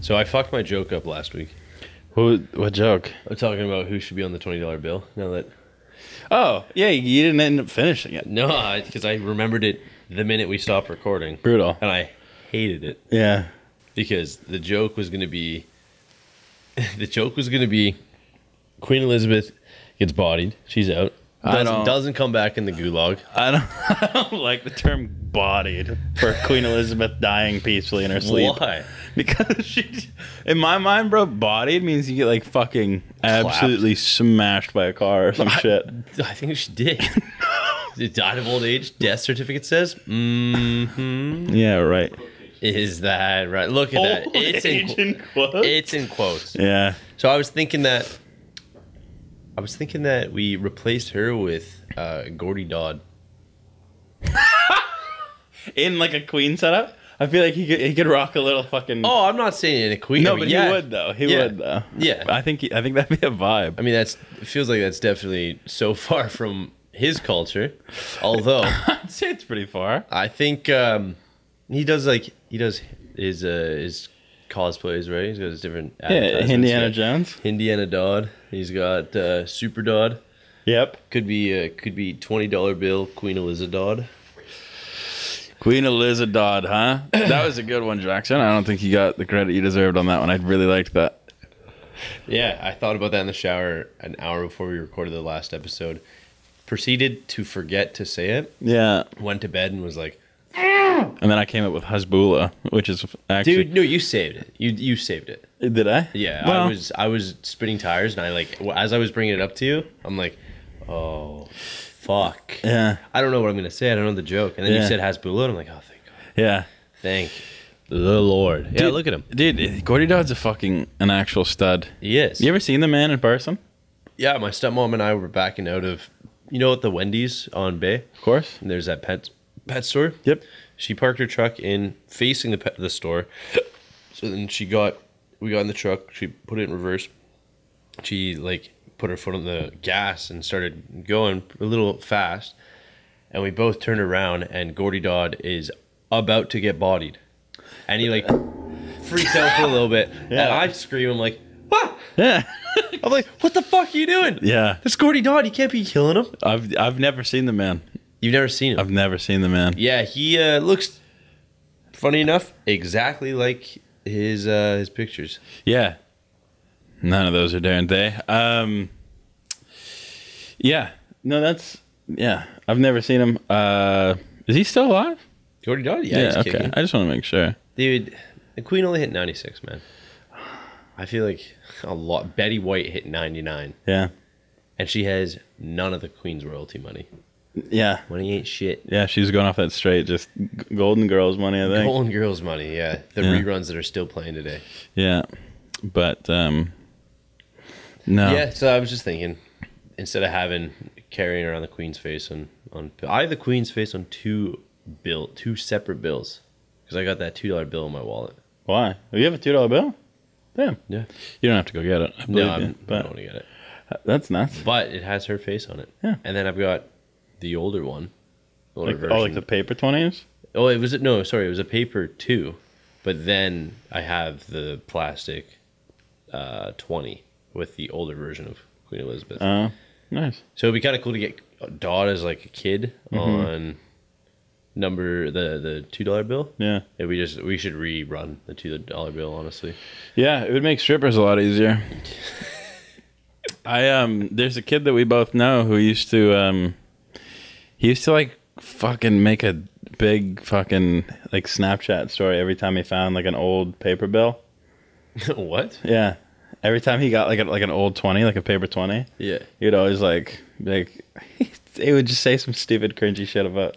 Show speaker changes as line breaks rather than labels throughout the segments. So I fucked my joke up last week.
Who? What joke?
I'm talking about who should be on the twenty dollar bill. Now that
Oh, yeah, you didn't end up finishing it.
no, because I remembered it the minute we stopped recording,
Brutal.
and I hated it
Yeah.
because the joke was going to be the joke was going to be Queen Elizabeth gets bodied. She's out.
I
Doesn't,
don't-
doesn't come back in the gulag.
I don't, I don't like the term bodied for Queen Elizabeth dying peacefully in her sleep.
Why?
Because she, in my mind, bro, bodied means you get like fucking absolutely smashed by a car or some shit.
I think she did. She died of old age. Death certificate says. Mm-hmm.
Yeah, right.
Is that right? Look at that.
Old
It's
age
in,
in quotes?
it's in quotes.
yeah.
So I was thinking that. I was thinking that we replaced her with uh, Gordy Dodd.
In like a queen setup, I feel like he could, he could rock a little fucking.
Oh, I'm not saying in a queen. I
no,
mean,
but
yeah.
he would though. He
Yeah.
would though.
Yeah.
I think he, I think that'd be a vibe.
I mean, that's it feels like that's definitely so far from his culture. Although
I'd say it's pretty far.
I think um, he does like he does his uh, his cosplays right. He's got his different
Yeah,
advertisements.
Indiana
Yeah.
Jones.
Indiana Dodd. He's got uh, Super Dodd.
Yep.
Could be uh, could be twenty dollar bill Queen Elizabeth Dodd.
Queen Elizabeth Dodd, huh? That was a good one, Jackson. I don't think you got the credit you deserved on that one. I really liked that.
Yeah, I thought about that in the shower an hour before we recorded the last episode. Proceeded to forget to say it.
Yeah.
Went to bed and was like,
And then I came up with Hasbula, which is actually.
"Dude, no, you saved it. You you saved it."
did I?
Yeah,
Well,
I was I was spinning tires and I like w- as I was bringing it up to you, I'm like, "Oh, fuck."
Yeah.
I don't know what I'm gonna say. I don't know the joke. And then you
Yeah.
said Hasbula, and I'm like, "Oh, thank God,
Yeah.
thank the Lord." Yeah, look at him.
Dude, Gordy Dodd's a fucking an actual stud.
He is.
You ever seen the man in person?
Yeah, my stepmom and I were backing out of, you know, at the Wendy's on Bay.
Of course.
And there's that pet pet store.
Yep.
She parked her truck in facing the pet, the store. So then she got we got in the truck. She put it in reverse. She like put her foot on the gas and started going a little fast. And we both turned around and Gordy Dodd is about to get bodied. And he like freaks out for a little bit. And I scream, I'm like, what?
Yeah.
I'm like, what the fuck are you doing?
Yeah.
This Gordy Dodd, you can't be killing him.
I've I've never seen the man.
You've never seen him.
I've never seen the man.
Yeah, he uh, looks funny enough exactly like his uh, his pictures.
Yeah. None of those are Darren Day. Um Yeah. No, that's yeah. I've never seen him. Uh is he still alive?
Jordy Dodd, yeah, he's
okay.
kicking.
I just want to make sure.
Dude, the Queen only hit 96, man. I feel like a lot. Betty White hit 99,
Yeah.
and she has none of the Queen's royalty money.
Yeah.
Money ain't shit.
Yeah, she's going off that straight, just g- Golden Girls money, I think.
Golden Girls money, yeah. The
Yeah.
reruns that are still playing today.
Yeah. But um no.
Yeah, so I was just thinking, instead of having carrying around the Queen's face on on, I have the Queen's face on two bill, two separate bills, because I got that two dollar bill in my wallet.
Why? Do you have a two dollar bill? Damn.
Yeah.
You don't have to go get it. I believe
No, I'm,
you,
I
but
don't want to get it.
that's nuts.
But it has her face on it.
Yeah.
And then I've got the older one. The older
Like,
version.
oh, like the paper twenties.
oh, it was no, sorry, it was a paper two, but then I have the plastic uh, twenty with the older version of Queen Elizabeth.
Oh, nice.
So it'd be kind of cool to get Dodd as like a kid
Mm-hmm.
on number the the two dollar bill.
Yeah.
If we just we should rerun the two dollar bill. Honestly,
Yeah, it would make strippers a lot easier. I um there's a kid that we both know who used to um he used to like fucking make a big fucking like Snapchat story every time he found like an old paper bill.
what?
Yeah. Every time he got like a, like an old 20, like a paper 20,
Yeah,
he'd always like be like he would just say some stupid cringy shit about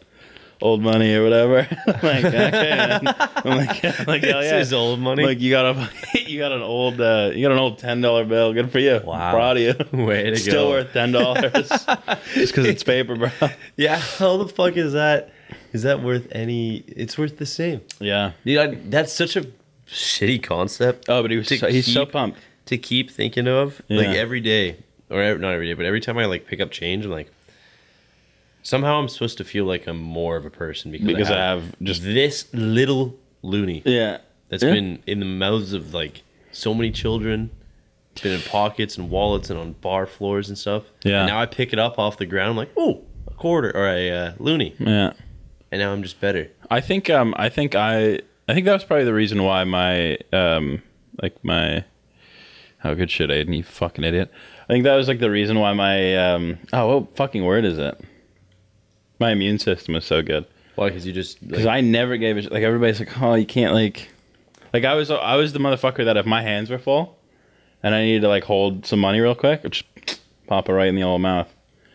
old money or whatever. I'm like okay. man. I'm like yeah, like hell
this
yeah.
is old money.
Like you got a you got an old uh, you got an old ten dollar bill. Good for you.
Wow.
Proud of you.
Way to
Still
go.
worth ten dollars. Just because it's paper, bro.
yeah, how the fuck is that? Is that worth any? It's worth the same.
Yeah.
Dude, I, that's such a shitty concept
Oh, but he was
To
so, he's so
keep-
pumped.
to keep thinking of. Like
Yeah.
every day, or ev- not every day, but every time I like pick up change, I'm like. Somehow I'm supposed to feel like I'm more of a person because,
Because I
I have
have just
this little loony.
yeah.
that's
Yeah.
been in the mouths of like so many children. It's been in pockets and wallets and on bar floors and stuff.
Yeah.
And now I pick it up off the ground. I'm like, oh, a quarter or a uh, loony,
Yeah.
and now I'm just better.
I think um I think I I think that was probably the reason why my um like my oh good shit Aiden you fucking idiot I think that was like the reason why my um oh what fucking word is it my immune system was so good
Why? Because you just
because
like,
I never gave a shit like everybody's like oh you can't like like I was I was the motherfucker that if my hands were full and I needed to like hold some money real quick just pop it right in the old mouth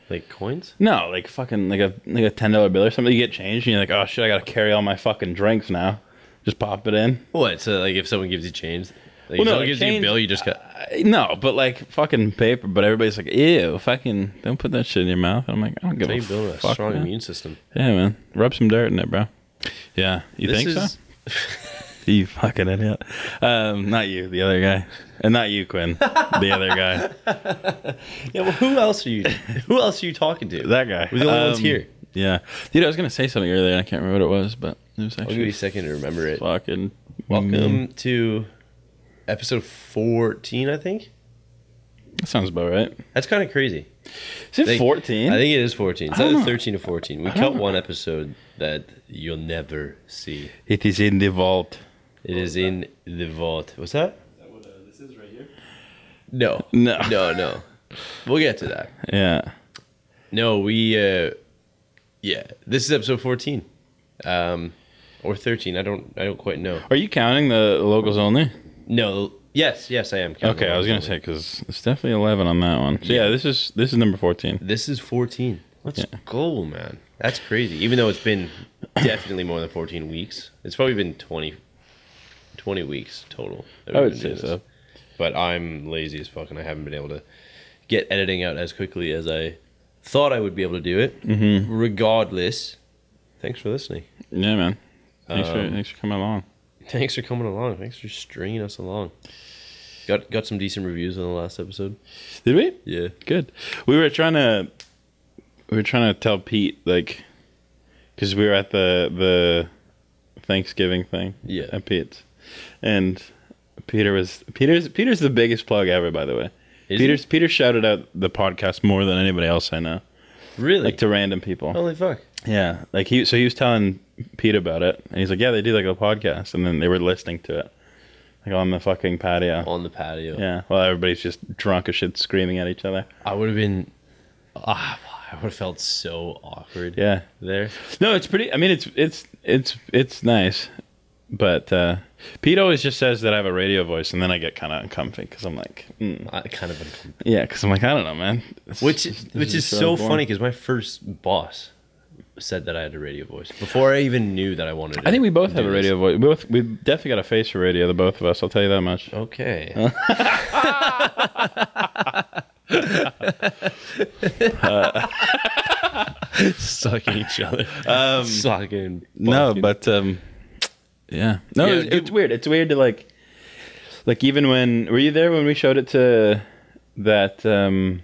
like coins.
no, like fucking like a like a ten dollar bill or something. You get changed and you're like, oh shit, I gotta carry all my fucking drinks now. Just pop it in.
What? So uh, like, if someone gives you change, like,
Well,
if
no,
someone gives you a
change-
bill, you just got.
I, no, but like fucking paper. But everybody's like, ew, fucking don't put that shit in your mouth. And I'm like, I don't give
How
a
you build a
Ah, fuck.
strong
man.
immune system?
Yeah, man, rub some dirt in it, bro. Yeah, you
This
think
is-
so? you fucking idiot. Um, not you, the other guy, and not you, Quinn, the other guy,
Yeah. Well, who else are you? Who else are you talking to?
that guy. Um,
We're the only ones here.
Yeah, dude, I was gonna say something earlier. and I can't remember what it was, but it was
I'll give you a
actually
second to remember it.
fucking mm,
Welcome to episode 14, I think.
That sounds about right.
That's kind of crazy.
Is it
They-
fourteen?
I think it is 14. It's
I don't
either
know.
13 or 14. We
don't
cut
know.
one episode that you'll never see.
it is in the vault.
It is in the vault. What's that?
that what uh, this is right here?
No.
No.
No, no. We'll get to that.
Yeah.
No, we, uh, yeah, this is episode 14. Um, or 13. I don't, I don't quite know.
Are you counting the locals only?
No. Yes, yes, I am. counting
Okay, I was gonna say
along.
because it's definitely eleven on that one. So yeah, this is this is number fourteen.
This is 14. Let's
Yeah.
go, man. That's crazy. Even though it's been definitely more than 14 weeks, it's probably been 20, 20 weeks total. that
I
we've
would
been doing
say
this.
so.
But I'm lazy as fuck and I haven't been able to get editing out as quickly as I thought I would be able to do it. Mm-hmm. Regardless, thanks for listening.
Yeah, man. Thanks for
Um,
thanks for coming along.
Thanks for coming along. Thanks for stringing us along. Got got some decent reviews on the last episode.
Did we?
Yeah.
Good. We were trying to we were trying to tell Pete like because we were at the the Thanksgiving thing.
Yeah.
At Pete's, and Peter was Peter's Peter's the biggest plug ever. By the way,
Is
Peter's Peter shouted out the podcast more than anybody else I know.
Really? Oh.
like to random people.
Holy fuck.
Yeah, like he so he was telling Pete about it, and he's like, "Yeah, they do like a podcast," and then they were listening to it, like on the fucking patio.
On the patio.
Yeah, well, everybody's just drunk as shit, screaming at each other.
I would have been. ah, I would have felt so awkward.
Yeah,
There.
no, it's pretty. I mean, it's it's it's it's nice, but uh, Pete always just says that I have a radio voice, and then I get kind of uncomfy because I'm like, mm.
I kind of uncomfortable.
yeah, because I'm like, I don't know, man. It's-
Which
this
which is
just
so
boring.
funny because my first boss said that I had a radio voice before I even knew that I wanted. to
I think we both
do
have a
this.
radio voice. We both we definitely got a face for radio, the both of us. I'll tell you that much.
Okay. Sucking each other. Um, Sucking.
no
fucking-
but um yeah no
Yeah,
it's,
dude.
it's weird it's weird to like like even when were you there when we showed it to that um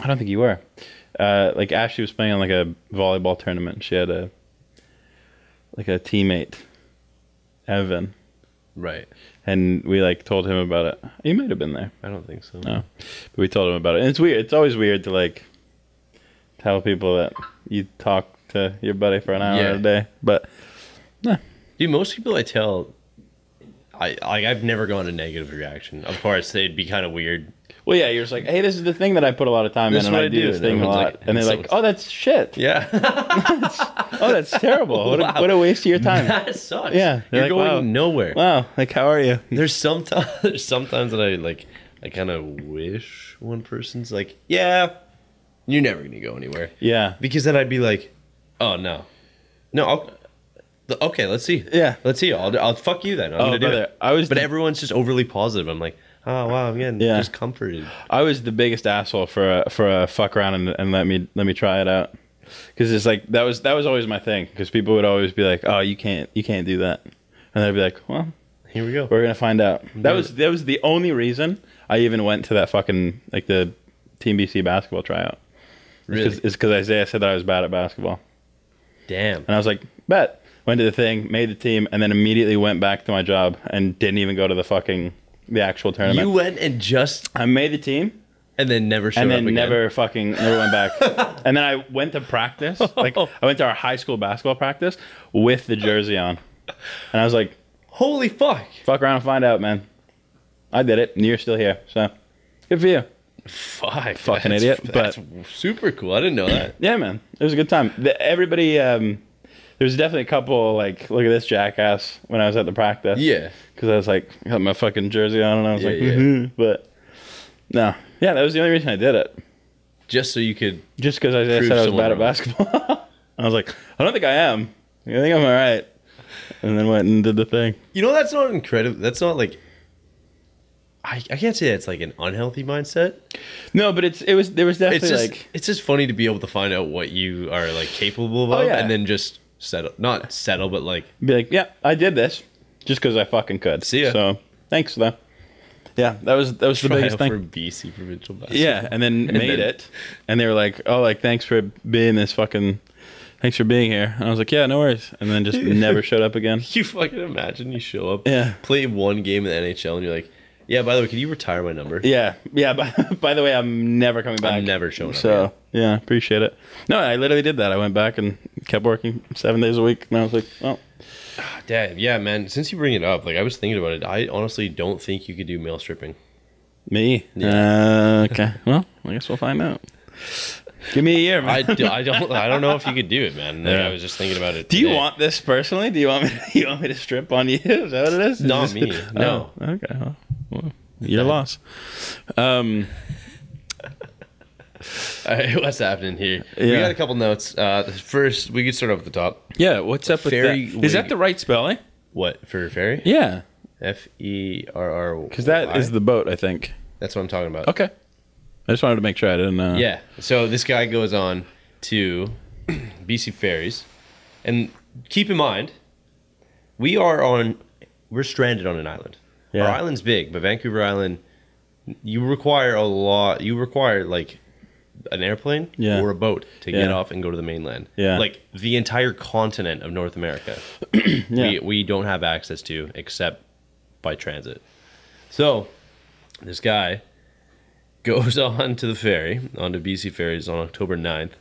i don't think you were uh like ashley was playing on like a volleyball tournament and she had a like a teammate evan
right.
and we like told him about it you might have been there
I don't think so.
no but we told him about it and it's weird it's always weird to like tell people that you talk to your buddy for an hour
Yeah.
a day but
Dude, most people I tell, I like I've never gotten a negative reaction. Of course, they'd be kind of weird.
Well, yeah, you're just like, hey, this is the thing that I put a lot of time
This is
in, and
what
I,
I
do
do,
this
and
thing a
everyone's
lot.
like-
and they're
so
like,
it's-
oh, that's shit.
Yeah,
Oh, that's terrible. What, a, what a waste of your time.
that sucks.
Yeah,
you're
they're like,
going
wow.
nowhere.
wow, like, how are you?
There's sometimes there's sometimes that I like I kind of wish one person's like, yeah, you're never gonna go anywhere
Yeah,
because then I'd be like, oh no, no, I'll, the- okay, let's see,
Yeah.
let's see, I'll I'll fuck you then. I'm
Oh,
gonna do
brother,
it.
I was
but
the-
everyone's just overly positive. I'm like, oh wow, I'm getting
Yeah.
just comforted.
I was the biggest asshole for a, for a fuck around and, and let me let me try it out. Because it's like that was that was always my thing. Because people would always be like, oh, you can't you can't do that, and I'd be like, well,
Here we go.
We're gonna find out. That was that was the only reason I even went to that fucking like the Team BC basketball tryout.
Really?
It's because Isaiah said that I was bad at basketball,
Damn.
and I was like, bet. went to the thing, made the team, and then immediately went back to my job and didn't even go to the fucking the actual tournament.
You went and just
I made the team
and then never showed
and
up
then
again.
never fucking never went back. and then I went to practice. Like I went to our high school basketball practice with the jersey on. And I was like,
Holy fuck!
fuck around and find out, man. I did it, and you're still here. So good for you.
Fuck,
Fucking
that's-
idiot,
That's super cool. I didn't know that.
Yeah, man. It was a good time. The, everybody, um, there's definitely a couple like, look at this jackass when I was at the practice.
yeah,
Because I was like, got my fucking jersey on, and I was
Yeah,
like,
yeah.
"Mhm," but no. Yeah, that was the only reason I did it.
just so you could.
Just because I
Prove
said I was
someone
bad at
wrong.
basketball. I was like, I don't think I am. I think I'm all right. And then went and did the thing.
You know, that's not incredible. That's not like. I, I can't say that's like an unhealthy mindset.
No, but it's it was there was
It's
definitely
just
like
it's just funny to be able to find out what you are like capable
Oh,
of,
yeah.
and then just settle. Not settle, but like
be like, yeah, I did this just because I fucking could.
See ya.
So thanks though. Yeah, that was that was the
try
biggest
out
thing.
for BC provincial basketball.
Yeah, and then made
then-
it, and they were like, "Oh, like thanks for being this fucking, thanks for being here." And I was like, "Yeah, no worries," and then just never showed up again.
Can you fucking imagine you show up,
Yeah.
play one game in the NHL, and you're like, yeah. By the way, can you retire my number?
Yeah, yeah. By, by the way, I'm never coming back.
I'm never showing up.
So
again.
yeah, appreciate it. No, I literally did that. I went back and kept working seven days a week, and I was like, "Oh,
Dad, yeah, man. Since you bring it up, like I was thinking about it, I honestly don't think you could do mail stripping.
me? Uh, okay. well, I guess we'll find out. Give me a year, man.
I, d- I don't I don't know if you could do it, man. Like,
Yeah.
I was just thinking about it.
do you
today.
want this personally? Do you want me? you want me to strip on you? Is that what it is? Is
Not
this-
me, no.
Oh, okay. Well, well, your loss. Um.
All right, what's happening here? We
Yeah.
got a couple notes. Uh, first, we could start off at the top.
Yeah, what's up with
Fairy
that? Is that
wig.
the right spelling?
What for ferry?
Yeah,
F E R R.
because that is the boat, I think.
that's what I'm talking about.
Okay, I just wanted to make sure I didn't. Uh,
Yeah. So this guy goes on to BC Ferries, and keep in mind, we are on, we're stranded on an island.
Yeah.
Our island's big, but Vancouver Island, you require a lot. You require like an airplane
Yeah.
or a boat to get
Yeah.
off and go to the mainland.
Yeah.
Like the entire continent of North America, we we don't have access to except by transit. So this guy goes on to the ferry, onto BC ferries on October 9th,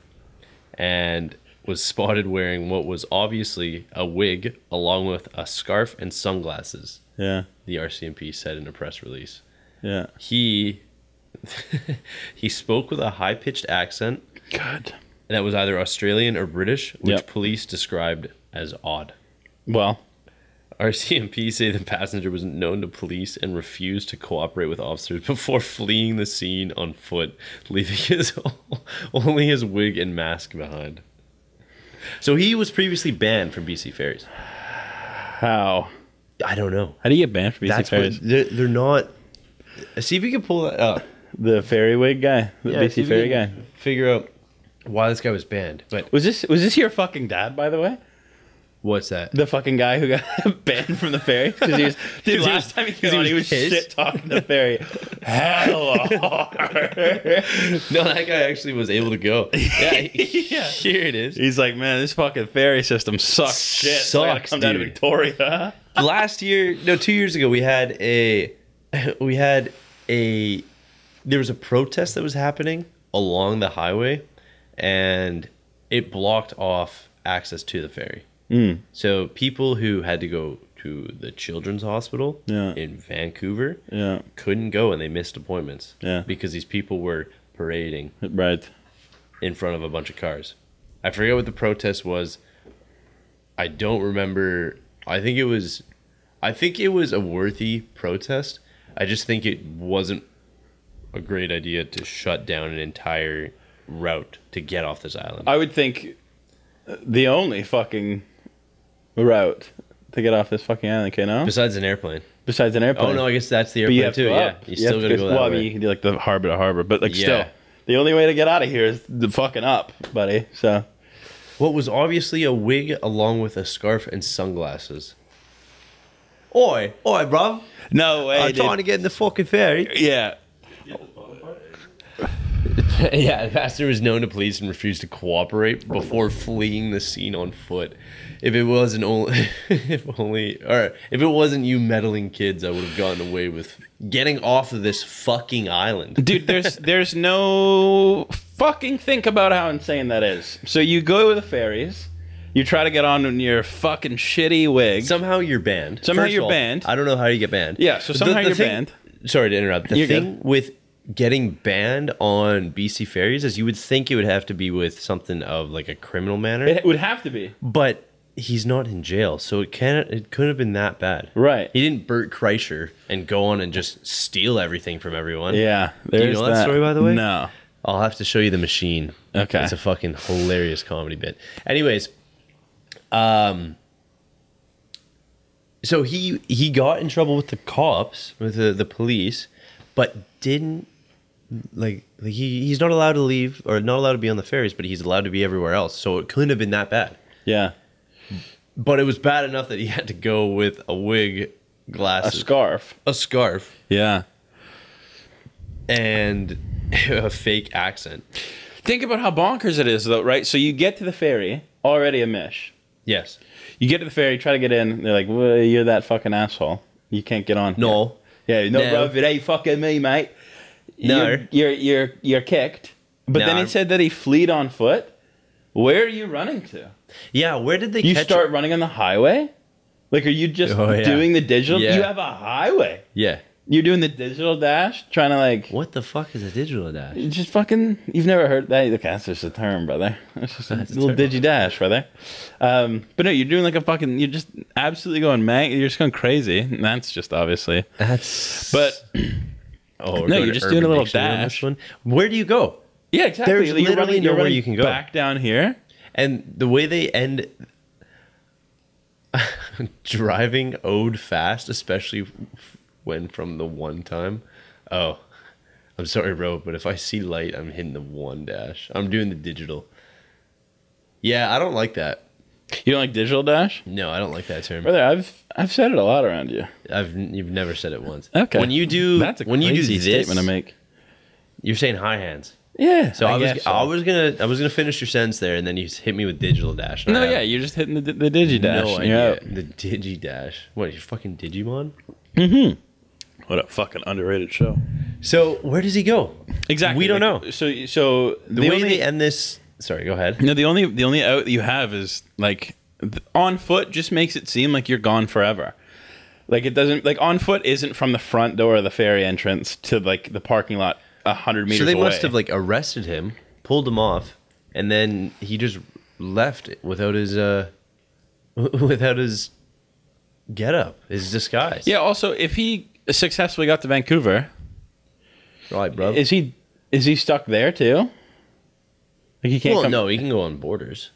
and was spotted wearing what was obviously a wig along with a scarf and sunglasses,
yeah,
the RCMP said in a press release.
yeah.
He he spoke with a high-pitched accent
Good.
that was either Australian or British, which
Yep.
police described as odd.
Well,
RCMP say the passenger was known to police and refused to cooperate with officers before fleeing the scene on foot, leaving his only his wig and mask behind. So he was previously banned from BC ferries.
how
I don't know.
how do you get banned from BC
That's
ferries?
what they're, they're not. uh, See if you can pull that up.
The ferry wig guy, the
Yeah, see
BC
if
ferry
you
guy.
can Figure out why this guy was banned. But
Was this was this your fucking dad, by the way?
what's that?
The fucking guy who got banned from the ferry because he was dude.
he
Last
was-
time he
'cause
came
he
on,
was
he was
pissed?
shit talking the ferry. Hella hard.
No, that guy actually was able to go. Yeah,
Yeah.
here it is.
He's like, man, this fucking ferry system sucks shit. So I gotta
Sucks,
come down to
dude.
Victoria.
last year no two years ago we had a we had a there was a protest that was happening along the highway and it blocked off access to the ferry
Hmm.
so people who had to go to the children's hospital
Yeah.
in vancouver
Yeah,
couldn't go and they missed appointments
Yeah.
because these people were parading
right.
in front of a bunch of cars. I forget what the protest was. I don't remember. I think it was I think it was a worthy protest. I just think it wasn't a great idea to shut down an entire route to get off this island.
I would think the only fucking route to get off this fucking island, okay, no?
Besides an airplane.
Besides an airplane.
Oh no, I guess that's the
But you
airplane
have to
too.
go
yeah,
up.
you
have
still
to
gotta
go-
go that
well, I mean,
way.
you can do like the harbor to harbor, but like
Yeah.
still, the only way to get out of here is the fucking up, buddy. So
What was obviously a wig along with a scarf and sunglasses. Oi, oi, bruv!
no way.
I'm trying to get in the fucking ferry.
yeah.
yeah, the pastor was known to police and refused to cooperate before fleeing the scene on foot. If it wasn't only, if only, or if it wasn't you meddling kids, I would have gotten away with getting off of this fucking island.
Dude, there's there's no fucking think about how insane that is. So you go to the ferries, you try to get on in your fucking shitty wig.
Somehow you're banned.
Somehow
First of
you're
all,
banned.
I don't know how you get banned.
yeah, so
The-
somehow
the
you're
thing-
banned.
Sorry to interrupt. The
You're
thing with getting banned on BC ferries is you would think it would have to be with something of like a criminal manner,
It would have to be.
but he's not in jail, so it can it couldn't have been that bad.
Right.
He didn't Bert Kreischer and go on and just steal everything from everyone.
Yeah.
you
There's
know that story, by the way?
No.
I'll have to show you the machine.
Okay.
It's a fucking hilarious comedy bit. Anyways, um so he he got in trouble with the cops, with the, the police, but didn't like, like he, he's not allowed to leave or not allowed to be on the ferries, but he's allowed to be everywhere else. So it couldn't have been that bad.
Yeah.
But it was bad enough that he had to go with a wig,
A
glasses,
scarf.
a scarf,
Yeah.
and a fake accent.
Think about how bonkers it is though, right? So you get to the ferry, already a mish.
Yes.
You get to the ferry, try to get in, they're like, well, you're that fucking asshole. You can't get on.
No.
Yeah, no,
No.
bro, if it ain't fucking me, mate.
No.
You're you're you're, you're kicked. But then
No.
he said that he fleed on foot. Where are you running to?
Yeah, where did they
You
catch
start running on the highway? Like are you just
Oh, yeah.
doing the digital?
Yeah.
You have a highway.
Yeah.
You're doing the digital dash, trying to like
What the fuck is a digital dash?
you just fucking you've never heard that okay, that's just a term, brother. That's just a
That's a
little
term.
digi dash, brother. Um, but no, you're doing like a fucking you're just absolutely going mad you're just going crazy. And that's just obviously.
That's
But
oh
no, you're just doing a little dash.
one. Where do you go?
yeah, exactly.
There's
Like, you're
literally
running- you're
nowhere
running
you can go.
Back down here.
And the way they end driving owed fast, especially when from the one time. Oh, I'm sorry, bro, but if I see light, I'm hitting the one dash. I'm doing the digital. Yeah, I don't like that.
You don't like digital dash,
No, I don't like that term.
brother? I've I've said it a lot around you.
I've you've never said it once.
Okay.
When you do when you do
crazy
this,
statement I make.
you're saying high hands.
Yeah.
So I, was
guess so.
I was gonna I was gonna finish your sentence there, and then you just hit me with digital dash. and
No,
I have
yeah, you're just hitting the the digi dash.
no
You're
idea.
out.
The digi dash. What? You fucking Digimon?
What a fucking underrated show.
So where does he go?
Exactly.
We don't
like,
know.
So so
The, way they end this. Sorry, go ahead.
No, the only the only out that you have is like th- on foot just makes it seem like you're gone forever. Like it doesn't like on foot isn't from the front door of the ferry entrance to like the parking lot a hundred meters
So they
away.
must have like arrested him, pulled him off, and then he just left without his uh, without his get up, his disguise.
yeah. Also, if he successfully got to Vancouver,
right, bro.
is he is he stuck there too? Like he can't
Well,
come.
no, he can go on borders.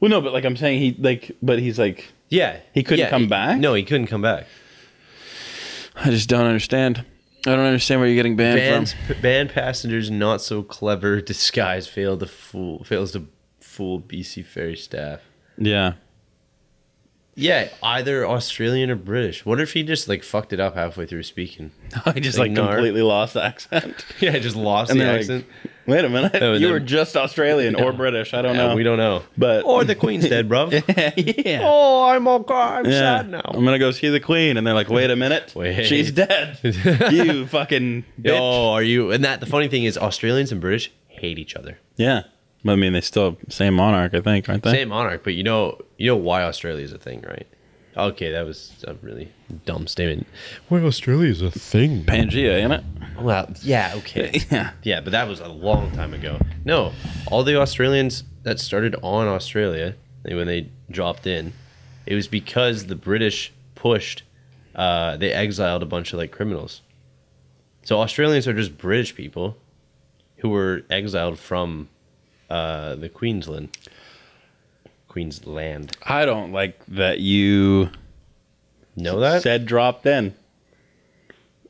Well, no, but like I'm saying, he like, but he's like,
Yeah,
He couldn't
Yeah,
come back?
No, he couldn't come back.
I just don't understand. I don't understand where you're getting banned
Banned, banned passengers not so clever disguise fail to fool fails to fool BC ferry staff.
from. Yeah.
Yeah, either Australian or British. What if he just like fucked it up halfway through speaking?
I just
Like,
like,
nar.
completely lost the accent.
Yeah, just lost
And
the
they're like,
accent.
Wait a minute.
Oh,
you
then-
were just Australian or British. I don't
Yeah,
know.
We don't know.
But-
or the Queen's dead, bruv.
yeah.
oh, I'm okay. I'm sad
I'm
now.
gonna go see the queen, and they're like, "Wait a minute,
Wait.
she's dead." you fucking bitch.
Oh, are you? And that the funny thing is, Australians and British hate each other.
Yeah, but I mean, they still same monarch, I think, aren't they?
Same monarch, but you know, you know why Australia is a thing, right? Okay, that was a really dumb statement.
Well, Australia is a thing.
Pangea, ain't it?
Well, yeah, okay.
Yeah.
Yeah, but that was a long time ago. No, all the Australians that started on Australia they- when they dropped in, it was because the British pushed. Uh, they exiled a bunch of like criminals. So Australians are just British people who were exiled from uh, the Queensland. Queensland.
I don't like that you
Know that?
said dropped in.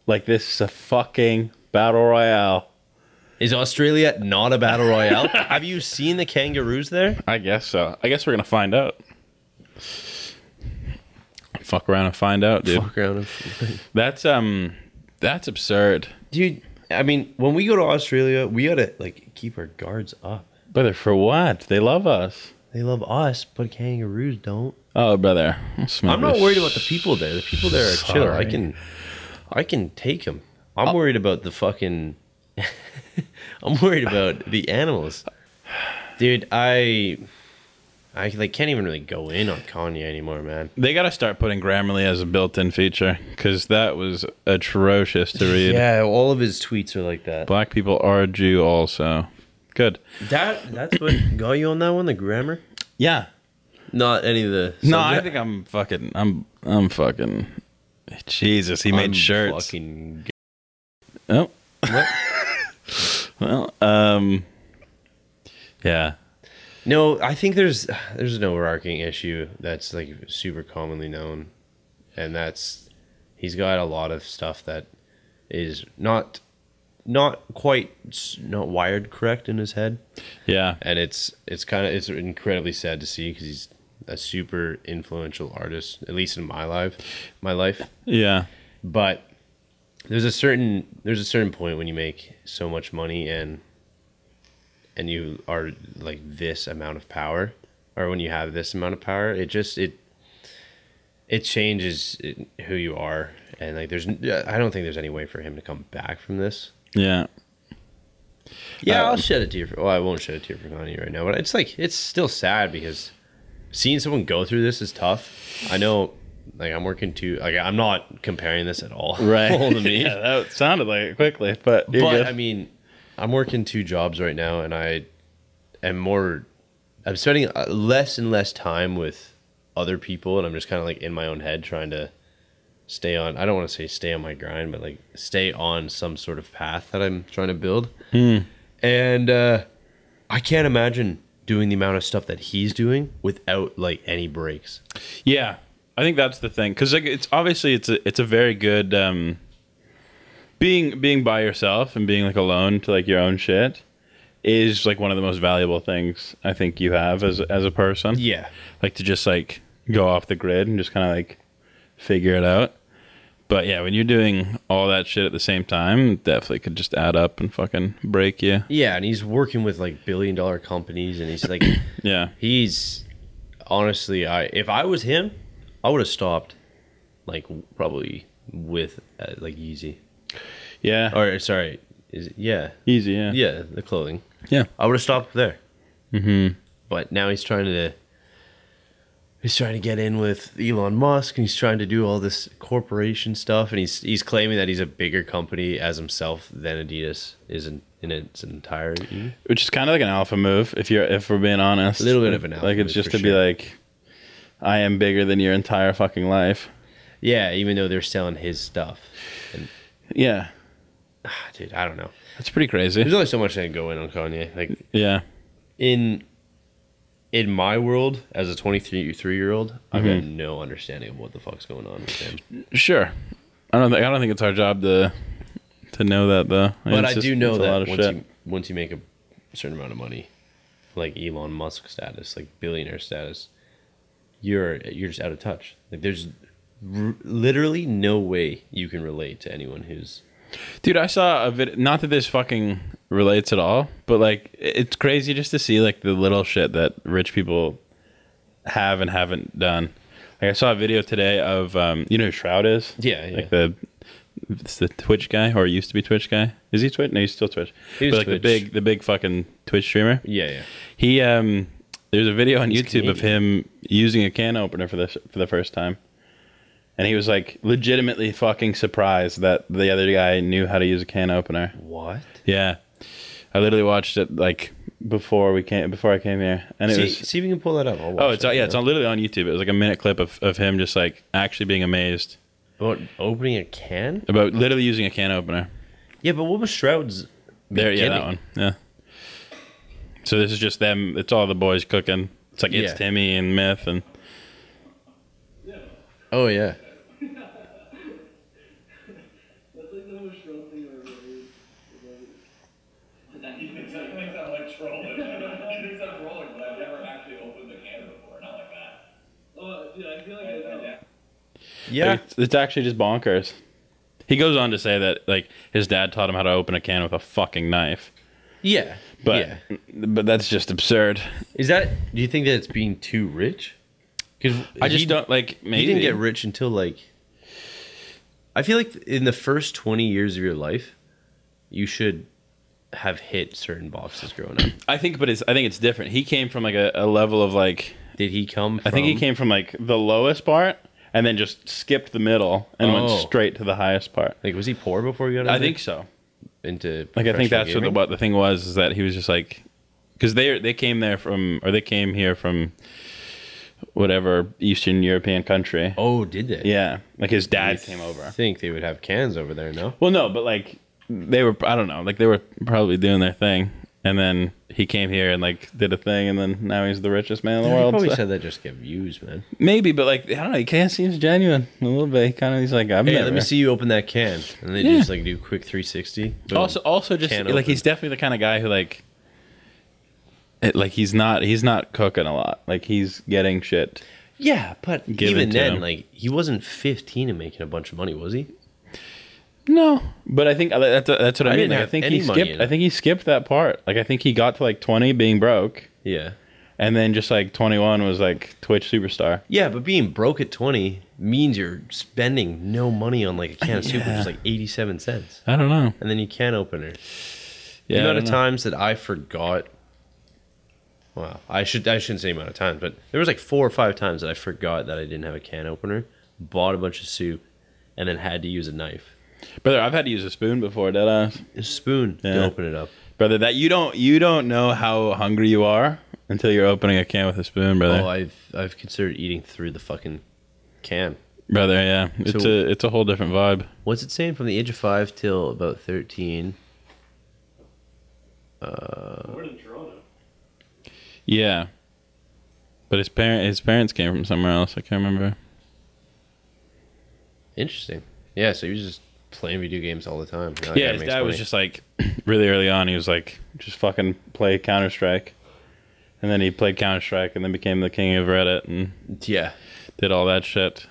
Like this is a fucking battle royale.
Is Australia not a battle royale? Have you seen the kangaroos there?
I guess so. I guess we're gonna find out. Fuck around and find out, dude.
Fuck around. and-
That's um, that's absurd.
Dude, I mean, when we go to Australia, we gotta like keep our guards up.
Brother, for what? They love us.
They love us, but kangaroos don't.
Oh, brother.
I'm not worried about the people there. The people there are chiller. I can, I can take them. I'm worried about the fucking. I'm worried about the animals, dude. I, I like can't even really go in on Kanye anymore, man.
They got to start putting Grammarly as a built-in feature because that was atrocious to read.
Yeah, all of his tweets are like that.
Black people are Jew also. Good.
That that's what got you on that one, the grammar,
Yeah.
not any of the.
No, I think I'm fucking. I'm. I'm fucking. Jesus, he made shirts.
Fucking
Oh. well, um. Yeah.
No, I think there's there's an overarching issue that's like super commonly known, and that's he's got a lot of stuff that is not not quite s- not wired correct in his head,
Yeah.
and it's it's kind of it's incredibly sad to see because he's a super influential artist, at least in my life, my life.
Yeah.
But there's a certain there's a certain point when you make so much money and and you are like this amount of power or when you have this amount of power it just it it changes it- who you are and like there's n- i don't think there's any way for him to come back from this Uh,
Yeah.
yeah i'll
Um,
shed a tear for well i won't shed a tear for kanye right now but it's like it's still sad because seeing someone go through this is tough i know like i'm working to like i'm not comparing this at all to me
yeah, that sounded like it quickly, but you're
but
good.
I mean, I'm working two jobs right now, and I am more. I'm spending uh, less and less time with other people, and I'm just kind of like in my own head trying to stay on. I don't want to say stay on my grind, but like stay on some sort of path that I'm trying to build. And uh, I can't imagine doing the amount of stuff that he's doing without like any breaks.
Yeah, I think that's the thing because like it's obviously it's a it's a very good um, being being by yourself and being like alone to like your own shit is like one of the most valuable things I think you have as as a person.
Yeah,
like to just like go off the grid and just kind of like figure it out. But yeah, when you're doing all that shit at the same time, it definitely could just add up and fucking break you.
yeah, and he's working with like billion dollar companies, and he's like.
Yeah,
he's honestly i if i was him i would have stopped like w- probably with uh, like yeezy
yeah,
or sorry is it, yeah
easy. Yeah,
yeah the clothing
Yeah.
i would have stopped there mm-hmm. but now he's trying to he's trying to get in with elon musk and he's trying to do all this corporation stuff and he's he's claiming that he's a bigger company as himself than adidas is in, in its entirety
which is kind of like an alpha move if you're if we're being honest
A little bit of an alpha
like it's
move,
just
for
to be
sure.
like i am bigger than your entire fucking life
yeah even though they're selling his stuff and
yeah
ah, dude i don't know
that's pretty
There's
crazy
only so much I can go in on Kanye. Like
yeah
in in my world, as a 23 three year old, I've got
Mm-hmm.
no understanding of what the fuck's going on with him.
sure i don't think i don't think it's our job to to know that though
But
It's
I
just-
do know
it's a lot
that
of
once
shit.
you, once you make a certain amount of money, like Elon Musk status, like billionaire status, you're you're just out of touch. Like there's r- literally no way you can relate to anyone who's
dude i saw a video not that this fucking relates at all but like it's crazy just to see like the little shit that rich people have and haven't done like i saw a video today of um you know who shroud is
yeah yeah
like the it's the Twitch guy or used to be Twitch guy. Is he Twitch? No, he's still Twitch.
He was
but like
Twitch.
the big the big fucking Twitch streamer.
yeah yeah.
He um there's a video on
He's
YouTube of him using a can opener for this for the first time. And he was like legitimately fucking surprised that the other guy knew how to use a can opener.
What?
Yeah. I literally watched it like before we came before I came here. And it
see,
was
see if we can pull that up. I'll watch
Oh, it's
that
yeah,
right
it's
now.
on literally on YouTube. It was like a minute clip of, of him just like actually being amazed
About opening a can.
about literally using a can opener.
Yeah, but what was Shroud's?
There, yeah, that
beginning?
one. Yeah. So this is just them. It's all the boys cooking. It's like it's
Yeah.
Timmy and Myth and
Oh yeah.
That's like the most troll thing I've ever heard. He thinks I'm, thinks I'm like trolling. he thinks I'm trolling, but I've never actually opened the can before, not like that. Oh, dude, I feel like I, I,
Yeah.
It's, it's actually just bonkers. He goes on to say that like his dad taught him how to open a can with a fucking knife.
Yeah.
But
yeah.
but that's just absurd.
Is that? Do you think that it's being too rich? Because
I just don't like. Maybe
He didn't get rich until like. I feel like in the first twenty years of your life, you should have hit certain boxes growing up.
I think, but it's I think it's different. He came from like a, a level of like
Did he come? From,
I think he came from like the lowest part and then just skipped the middle and
Oh.
went straight to the highest part.
Like, was he poor before he got?
I
into-
think so.
into.
Like I
professional
think that's what the,
gaming?
what the thing was is that he was just like because they they came there from or they came here from whatever Eastern European country.
Oh, did they?
Yeah, like his
I
dad came over.
think they would have cans over there. No.
Well, no, but like they were I don't know like they were probably doing their thing. And then he came here and like did a thing, and then now he's the richest man in the
He
world.
probably
so-
said that just to get views, man.
Maybe, but like I don't know, he kind of seems genuine a little bit. He kind of he's like I'm
Hey,
never.
let me see you open that can, and they
Yeah.
just like do quick three sixty.
Also, also just
Can
like
open.
he's definitely the kind of guy who like, it, like he's not he's not cooking a lot. Like he's getting shit.
yeah, but
Give
even
it to
then,
him.
like he wasn't fifteen and making a bunch of money, was he?
No, but I think uh, that's that's what I,
I didn't
mean. Like, I
have
think
any
he
money
skipped.
in
I
it.
think he skipped that part. Like I think he got to like 20 being broke,
Yeah.
and then just like 21 was like Twitch superstar.
Yeah, but being broke at 20 means you're spending no money on like a can of soup, which
Yeah.
is like 87 cents.
I don't know.
And then you can open her. the
Yeah, I
amount
don't
of
know.
times that I forgot. Wow, I should I shouldn't say amount of times, but there was like four or five times that I forgot that I didn't have a can opener, bought a bunch of soup, and then had to use a knife,
brother. I've had to use a spoon before, dead ass,
a spoon to
Yeah.
open it up.
brother. That you don't you don't know how hungry you are until you're opening a can with a spoon, brother.
Oh, I've I've considered eating through the fucking can.
Brother, yeah, it's
So-
a it's a whole different vibe.
What's it saying from the age of five till about 13?
We're in Toronto.
Yeah, but his parent his parents came from somewhere else. I can't remember.
Interesting. Yeah, so he was just playing video games all the time. Now that guy
yeah, his
makes
dad was
money.
just like really early on. He was like just fucking play Counter Strike, and then he played Counter Strike, and then became the king of Reddit and
yeah.
did all that shit.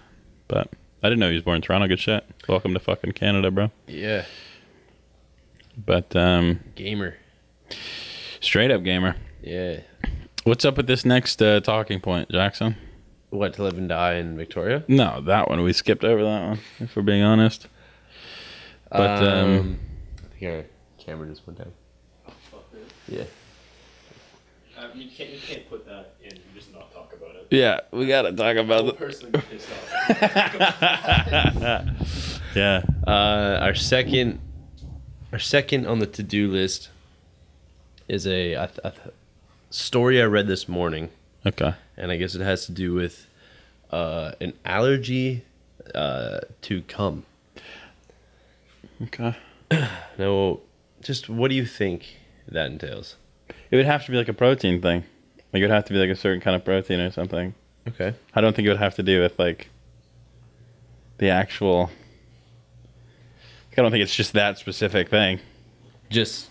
But I didn't know he was born in Toronto. Good shit. Welcome to fucking Canada, bro.
Yeah.
But um,
Gamer.
straight up gamer.
Yeah.
What's up with this next uh, talking point, Jackson?
What, to live and die in Victoria?
No, that one we skipped over that one. If we're being honest. But um,
Here, camera just went down.
Oh, Fuck this.
Yeah.
Uh, you can't. You can't put that in. You just not talk about it.
yeah, we gotta talk about
I'm
the
personally pissed off.
yeah.
Uh, our second, our second on the to-do list is a I th- I th- story I read this morning,
Okay.
and I guess it has to do with uh, an allergy uh, to cum.
Okay.
Now, just what do you think that entails?
It would have to be like a protein thing. Like it would have to be like a certain kind of protein or something.
Okay.
I don't think it would have to do with like the actual. Like, I don't think it's just that specific thing.
Just,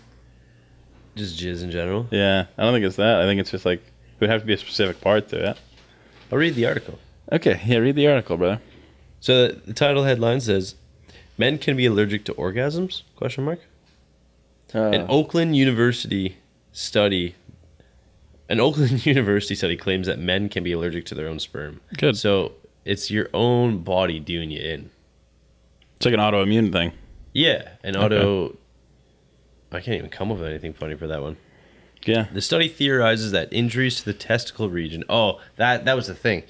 just jizz in general.
Yeah, I don't think it's that. I think it's just like it would have to be a specific part to it.
I'll read the article.
Okay. Yeah. Read the article, brother.
So the, the title headline says, "Men can be allergic to orgasms?" Question mark.
Oh. Uh.
An Oakland University study. An Oakland University study claims that men can be allergic to their own sperm.
Good.
So it's your own body doing you in.
it's like an autoimmune thing.
Yeah, and auto. I can't even come up with anything funny for that one.
Yeah.
The study theorizes that injuries to the testicle region. Oh, that that was the thing,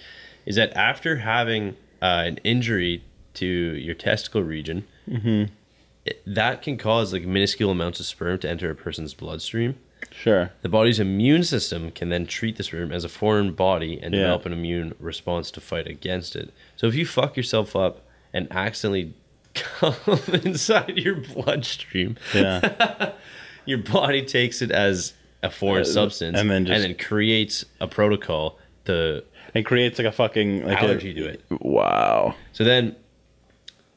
is that after having uh, an injury to your testicle region, it- that can cause like minuscule amounts of sperm to enter a person's bloodstream.
Sure.
The body's immune system can then treat the sperm as a foreign body and
Yeah.
develop an immune response to fight against it. So if you fuck yourself up and accidentally come inside your bloodstream,
Yeah.
your body takes it as a foreign
Uh,
substance
and then just-
creates a protocol to
it creates like a fucking like a-
allergy to it.
Wow.
So then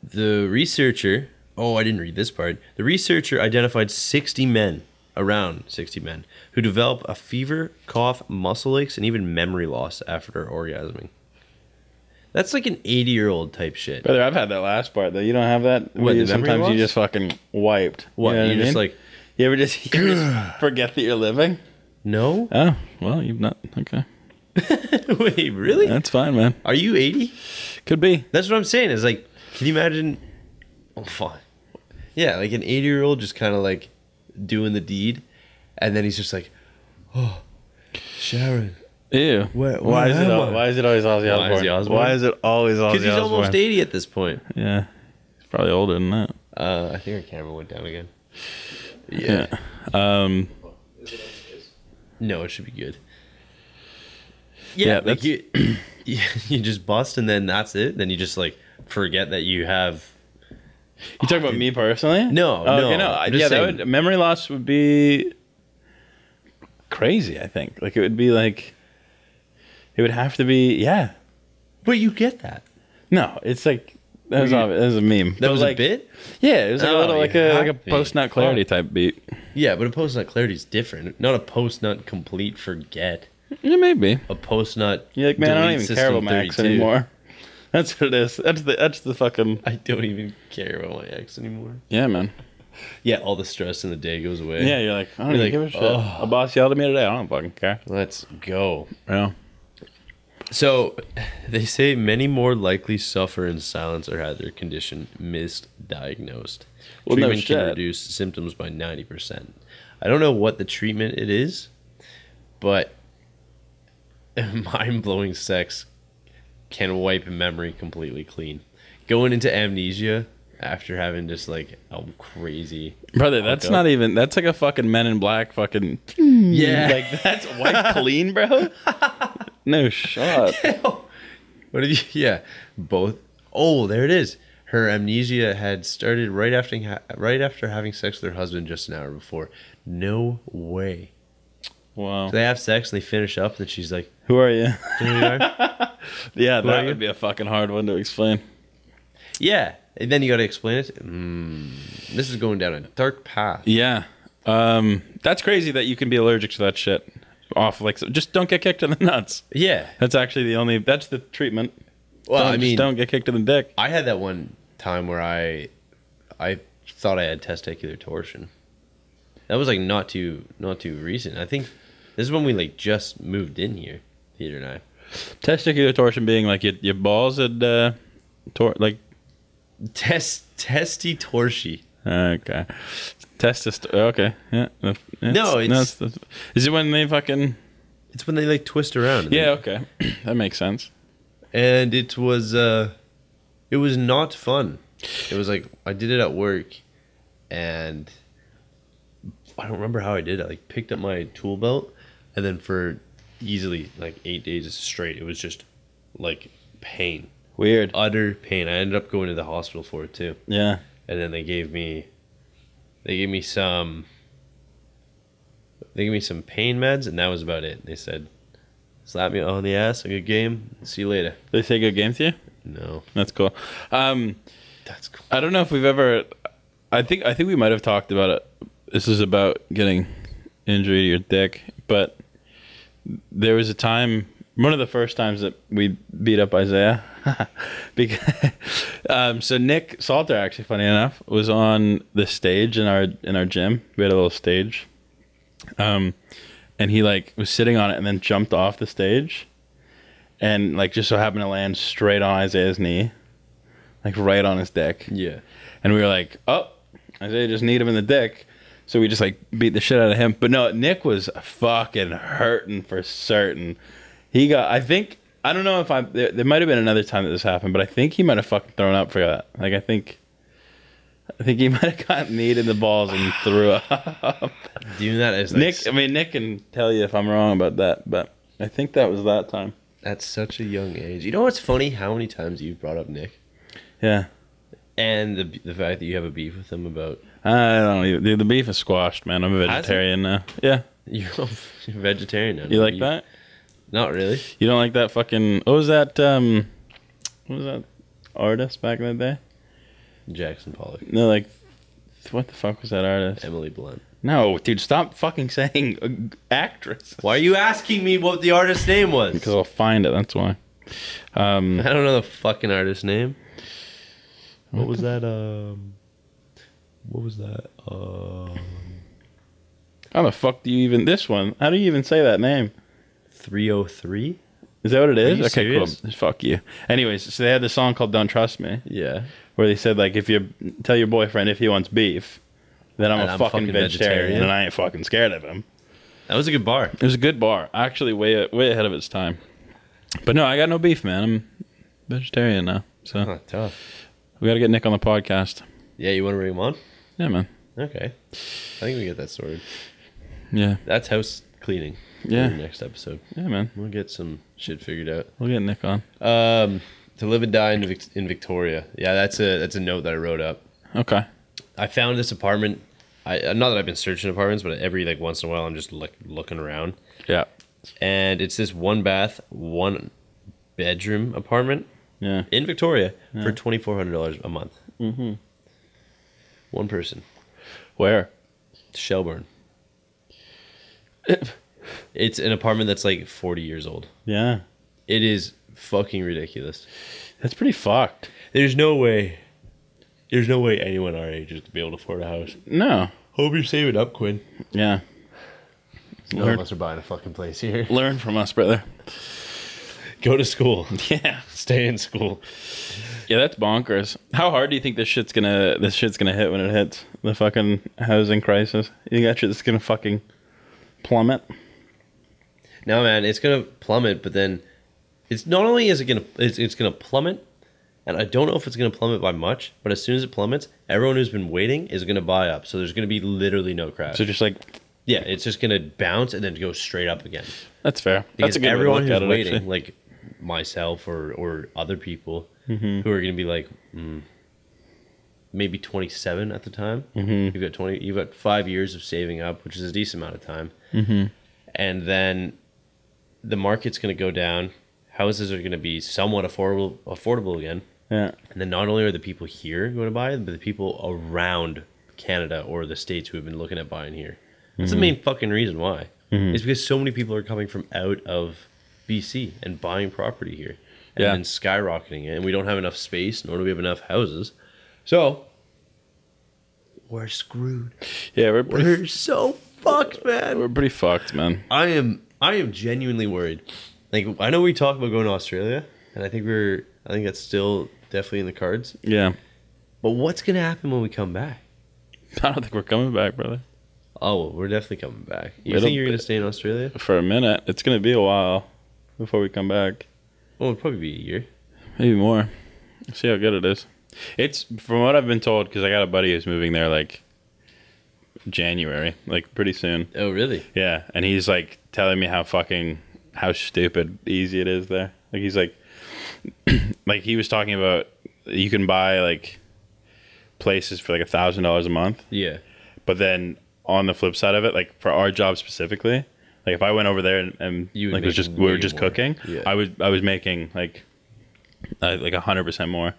the researcher, oh, I didn't read this part. The researcher identified 60 men, around 60 men, who develop a fever, cough, muscle aches, and even memory loss after orgasming. That's like an 80 year old type shit.
Brother, I've had that last part though. You don't have that.
What,
Where you-
the memory
sometimes you
loss?
just fucking wiped.
What?
You know
You're
I
just
mean?
like,
You ever just, you just forget that you're living?
no?
Oh well, you've not. Okay,
Wait, really?
that's fine, man.
Are you 80?
Could be.
That's what I'm saying. Is like, can you imagine? Oh, fuck. Yeah, like an 80 year old just kind of like doing the deed, and then he's just like, oh, Sharon.
Ew.
Where-
why
where
is it?
am
All,
I?
why is it always Ozzy
Why
Osbourne?
is he Osbourne?
Why is it always Ozzy
Because he's
Osbourne?
almost 80 at this point.
Yeah, he's probably older than that.
Uh, I think our camera went down again.
Yeah. Um.
No, it should be good.
Yeah,
Yeah, like
that's-
you, you, you just bust and then that's it. Then you just like forget that you have.
You talking about me personally?
No,
Oh,
no,
Okay, no. I-
I'm just
Yeah, that
saying.
would, memory loss would be crazy. I think like it would be like it would have to be yeah.
But you get that.
No, it's like that was,
you-
obvious, that was a meme.
That
But,
was
like,
a bit.
Yeah, it was like a
Oh,
little
you
like a
have
like a
to.
post not clarity type beat.
Yeah, but a post nut clarity is different. Not a post nut complete forget.
Yeah, maybe.
A post nut.
You're like, man, I don't
delete
even
system
care about my ex
32.
anymore. That's what it is. That's the that's the fucking
I don't even care about my ex anymore.
yeah, man.
Yeah, all the stress in the day goes away.
Yeah, you're like I don't
You're
even give a
like,
shit.
"Ugh."
A boss yelled at me today. I don't fucking care.
Let's go.
Yeah.
So, they say many more likely suffer in silence or have their condition misdiagnosed.
Well, no
treatment can
shit.
reduce symptoms by 90%. I don't know what the treatment it is, but mind blowing sex can wipe memory completely clean. Going into amnesia after having just like a crazy.
Brother, that's
go.
not even. That's like a fucking Men in Black fucking.
Yeah.
Like that's white clean, bro. No shot.
What did you? Yeah, both. Oh, there it is. Her amnesia had started right after ha- right after having sex with her husband just an hour before. No way.
Wow.
So they have sex and they finish up, and she's like,
Who are you?
"You know who you are?"
Yeah,
are
that
you?
would be a fucking hard one to explain.
"Yeah." And then you got to explain it. Mm, this is going down a dark path.
Yeah. Um, that's crazy that you can be allergic to that shit. Off like so, just don't get kicked in the nuts.
Yeah.
That's actually the only. That's the treatment.
Well,
don't,
I
just
mean,
don't get kicked in the dick.
I had that one time where I, I thought I had testicular torsion. That was like not too not too recent. I think this is when we like just moved in here, Peter and I.
Testicular torsion being like your, your balls had uh, tor like
Test testy torshi.
okay. Testis. Okay. Yeah. that's-
No, it's-
that's- is it when they fucking?
It's when they like twist around.
Yeah. Okay. that makes sense.
And it was uh it was not fun. It was like I did it at work and I don't remember how I did it. I like picked up my tool belt and then for easily like eight days straight it was just like pain.
Weird.
Utter pain. I ended up going to the hospital for it too.
Yeah.
and then they gave me they gave me some they gave me some pain meds and that was about it they said slap me on the ass a good game see you later
They say good game to you.
no
That's cool. Um,
that's cool
I don't know if we've ever. I think I think we might have talked about it. This is about getting injury to your dick, but there was a time, one of the first times that we beat up Isaiah. because, um, so Nick Salter, actually, funny enough, was on the stage in our in our gym. We had a little stage, um, and he like was sitting on it and then jumped off the stage, and like just so happened to land straight on Isaiah's knee, like right on his dick.
yeah
And we were like, oh, Isaiah just need him in the dick. So we just like beat the shit out of him. But no, Nick was fucking hurting for certain. He got, I think, I don't know if I, there, there might have been another time that this happened, but I think he might have fucking thrown up for that. Like, I think, I think he might have gotten kneed in the balls and threw up.
doing that is like,
Nick, I mean, Nick can tell you if I'm wrong about that, but I think that was that time.
at such a young age you know what's funny how many times you've brought up nick
Yeah.
and the, the fact that you have a beef with him about
I don't even, dude, the beef is squashed, man. I'm a
Has it?
vegetarian now. Yeah.
you're a vegetarian now.
You like that?
Not really.
You don't like that fucking what was that um what was that artist back in the day?
Jackson Pollock,
No, like th- what the fuck was that artist?
Emily Blunt.
No, dude, stop fucking saying uh, actress.
Why are you asking me what the artist's name was?
Because I'll find it. That's why. Um,
I don't know the fucking artist name.
What was that? Um, what was that? Uh,
how the fuck do you even this one? How do you even say that name?
303?
Is that what it is?
you
okay,
serious?
cool. Fuck you. Anyways, so they had this song called "Don't Trust Me,"
Yeah.
where they said like, if you tell your boyfriend if he wants beef, then I'm
And
a
I'm
fucking,
fucking
vegetarian,
vegetarian.
and I ain't fucking scared of him.
That was a good bar.
It was a good bar, actually, way way ahead of its time. But no, I got no beef, man. I'm vegetarian now, so
Huh, tough.
we got to get Nick on the podcast.
Yeah, you want to bring him on?
Yeah, man.
Okay. I think we get that sorted.
Yeah,
That's house cleaning. for
Yeah.
the next episode.
yeah, man.
We'll get some shit figured out.
We'll get Nick on.
Um, to live and die in, Vic- in Victoria. Yeah, that's a that's a note that I wrote up.
Okay.
I found this apartment. I uh, not that I've been searching apartments, but every like once in a while, I'm just like looking around.
Yeah.
And it's this one bath, one bedroom apartment
Yeah.
in Victoria for twenty four hundred dollars a month. Mm-hmm. One person,
Where?
Shelburne. it's an apartment that's like forty years old.
Yeah.
It is fucking ridiculous.
That's pretty fucked.
There's no way. There's no way anyone our age is to be able to afford a house.
No.
Hope you're saving up, Quinn.
Yeah.
None
Learn,
of us are buying a fucking place here.
learn from us, brother.
Go to school.
Yeah.
Stay in school.
Yeah, that's bonkers. How hard do you think this shit's gonna this shit's gonna hit when it hits the fucking housing crisis? You think that shit's gonna fucking plummet?
No, man, it's gonna plummet. But then, it's not only is it gonna it's, it's gonna plummet, and I don't know if it's gonna plummet by much. But as soon as it plummets, everyone who's been waiting is gonna buy up. So there's gonna be literally no crash.
So just like
yeah, it's just gonna bounce and then go straight up again.
that's fair.
Because
That's a good
everyone
way to look
who's
at it,
waiting,
actually.
like myself or or other people
Mm-hmm.
who are going to be like mm, maybe 27 at the time.
Mm-hmm.
You've got 20. You've got five years of saving up, which is a decent amount of time.
Mm-hmm.
And then the market's going to go down. Houses are going to be somewhat affordable affordable again.
Yeah.
And then not only are the people here going to buy it, but the people around Canada or the states who have been looking at buying here. That's the main fucking reason why. It's because so many people are coming from out of BC and buying property here and
Yeah.
then skyrocketing it. And we don't have enough space, nor do we have enough houses. So we're screwed.
Yeah, we're pretty,
We're so fucked, man.
we're pretty fucked, man.
I am I am genuinely worried. Like I know we talked about going to Australia, and I think we're I think that's still definitely in the cards.
Yeah.
But what's gonna happen when we come back?
I don't think we're coming back, brother.
Oh, well, we're definitely coming back. You
It'll
think you're
be-
gonna stay in Australia?
For a minute. It's gonna be a while before we come back.
Well, Oh, it'll probably be a year.
Maybe more. See how good it is. It's from what I've been told because I got a buddy who's moving there like January, like pretty soon.
Oh, really?
Yeah, and he's like telling me how fucking how stupid easy it is there. Like he's like, like he was talking about you can buy like places for like a thousand dollars a month,
Yeah.
but then on the flip side of it, like for our job specifically, like if I went over there and, and
You would
like was
make
just we were
way
just
more.
cooking,
Yeah.
I was I was making like uh, like hundred percent more.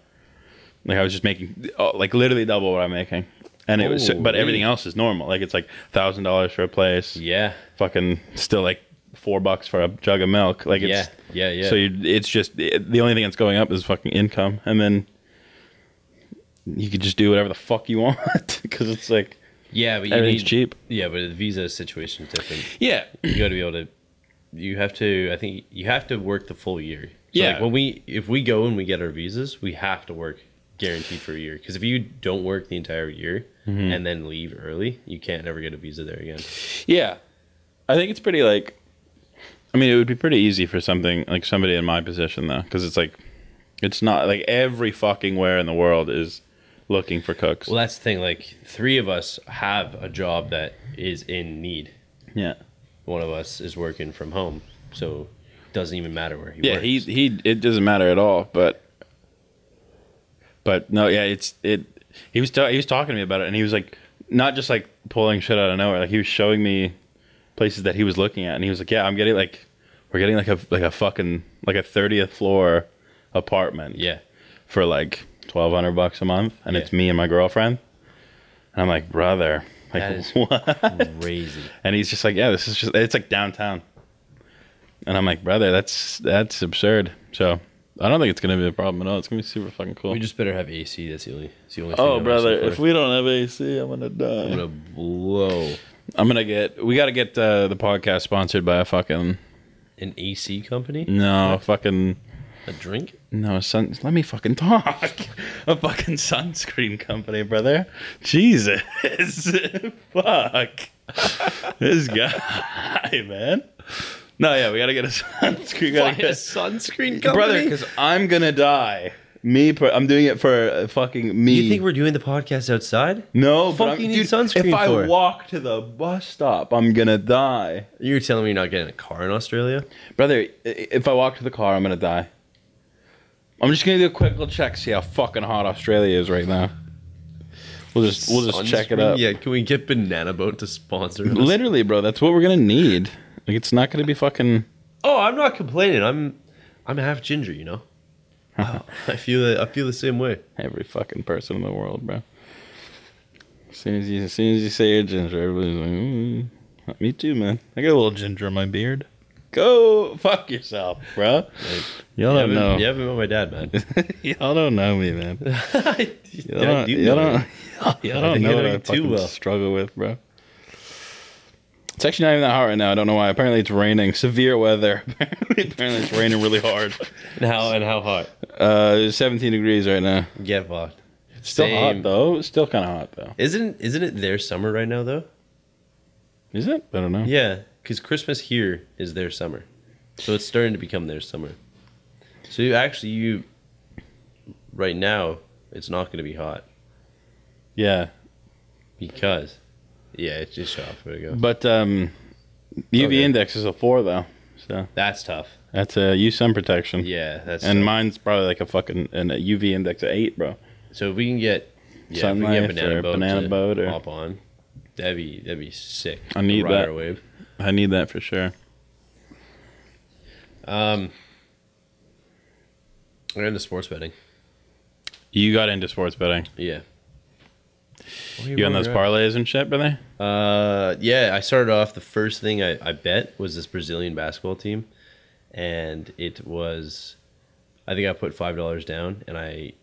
Like I was just making oh, like literally double what I'm making, and it was so- but
Holy.
everything else is normal. Like it's like thousand dollars for a place,
Yeah.
fucking still like four bucks for a jug of milk. Like it's
Yeah, yeah, yeah.
So you, it's just it, the only thing that's going up is fucking income, and then you could just do whatever the fuck you want because it's like
Yeah, but you
everything's
need,
cheap.
Yeah, but the visa situation's different.
Yeah,
You got to be able to. You have to. I think you have to work the full year. So,
Yeah.
Like when we, if we go and we get our visas, we have to work guaranteed for a year. Because if you don't work the entire year and then leave early, you can't ever get a visa there again.
yeah. I think it's pretty like. I mean, it would be pretty easy for something like somebody in my position though, because it's like, it's not like every fucking where in the world is looking for cooks.
Well, that's the thing. Like three of us have a job that is in need.
yeah.
one of us is working from home, so it doesn't even matter where he
yeah
works.
he he it doesn't matter at all but but no yeah it's it he was ta- he was talking to me about it and he was like not just like pulling shit out of nowhere like he was showing me places that he was looking at and he was like yeah i'm getting like we're getting like a like a fucking like a 30th floor apartment
yeah,
for like 1200 bucks a month and
Yeah.
it's me and my girlfriend and i'm like brother like
That is
what
crazy.
and he's just like yeah this is just it's like downtown And I'm like, brother, that's that's absurd. So I don't think it's gonna be a problem at all. It's gonna be super fucking cool.
We just better have AC. That's the only. It's the only. thing
oh,
I'm
brother,
asking
if
for.
we don't have AC, I'm gonna die.
I'm gonna blow
I'm gonna get. We gotta get uh, the podcast sponsored by a fucking
an AC company
no fucking
a drink.
no sun. Let me fucking talk. a fucking sunscreen company, brother. Jesus, fuck this guy, man. No, yeah, we gotta get a sunscreen. gotta
Buy a
get-
sunscreen
brother,
company.
because I'm gonna die. Me, per- I'm doing it for uh, fucking me.
you think we're doing the podcast outside?
no, but
fucking
I'm,
need
dude,
sunscreen
If I
for?
walk to the bus stop, I'm gonna die,
You're telling me you're not getting a car in Australia?
brother. i- If I walk to the car, I'm gonna die. I'm just gonna do a quick little check, see how fucking hot Australia is right now. We'll just we'll just check it
Sunscreen?
up.
Yeah, can we get Banana Boat to sponsor? us?
Literally, bro, that's what we're gonna need. Like, it's not gonna be fucking.
Oh, I'm not complaining. I'm, I'm half ginger. You know. I feel the- I feel the same way.
Every fucking person in the world, bro. As soon as you, as soon as you say you're ginger, everybody's like, mm, "Me too, man. I got a little ginger in my beard." Go fuck yourself, Oh, bro. Y'all
You
don't
haven't,
know.
you haven't met my dad, man.
y'all don't know me, man. Y'all
Yeah, I
don't,
do
y'all
know I
don't, y'all don't
think I
know what
know
I
you too
fucking
well.
struggle with, bro. It's actually not even that hot right now. I don't know why. Apparently, it's raining. Severe weather. Apparently, apparently it's raining really hard.
And how and how hot?
Uh, 17 degrees right now.
Get fucked.
Still
Same.
hot though. Still kind of hot though.
Isn't isn't it their summer right now though?
Is it? I don't know.
Yeah, because Christmas here is their summer, so it's starting to become their summer. So you actually you, right now, it's not going to be hot
Yeah.
because, yeah, it's just shot off where to go.
But um, UV
Okay.
index is a four though, so
That's tough.
that's a use sun protection.
Yeah, that's
and
tough.
mine's probably like a fucking an, a UV index of eight, bro.
so if we can get yeah, if we can
Sunlife
get banana
or
boat,
Banana
to
Boat or-
hop on. That'd be that'd be sick.
I need
Ride
that.
our wave.
I need that for sure.
Um, we're into sports betting.
You got into sports betting.
Yeah.
You on those parlays and shit, brother?
Uh, yeah, I started off. The first thing I, I bet was this Brazilian basketball team, and it was, I think I put five dollars down, and I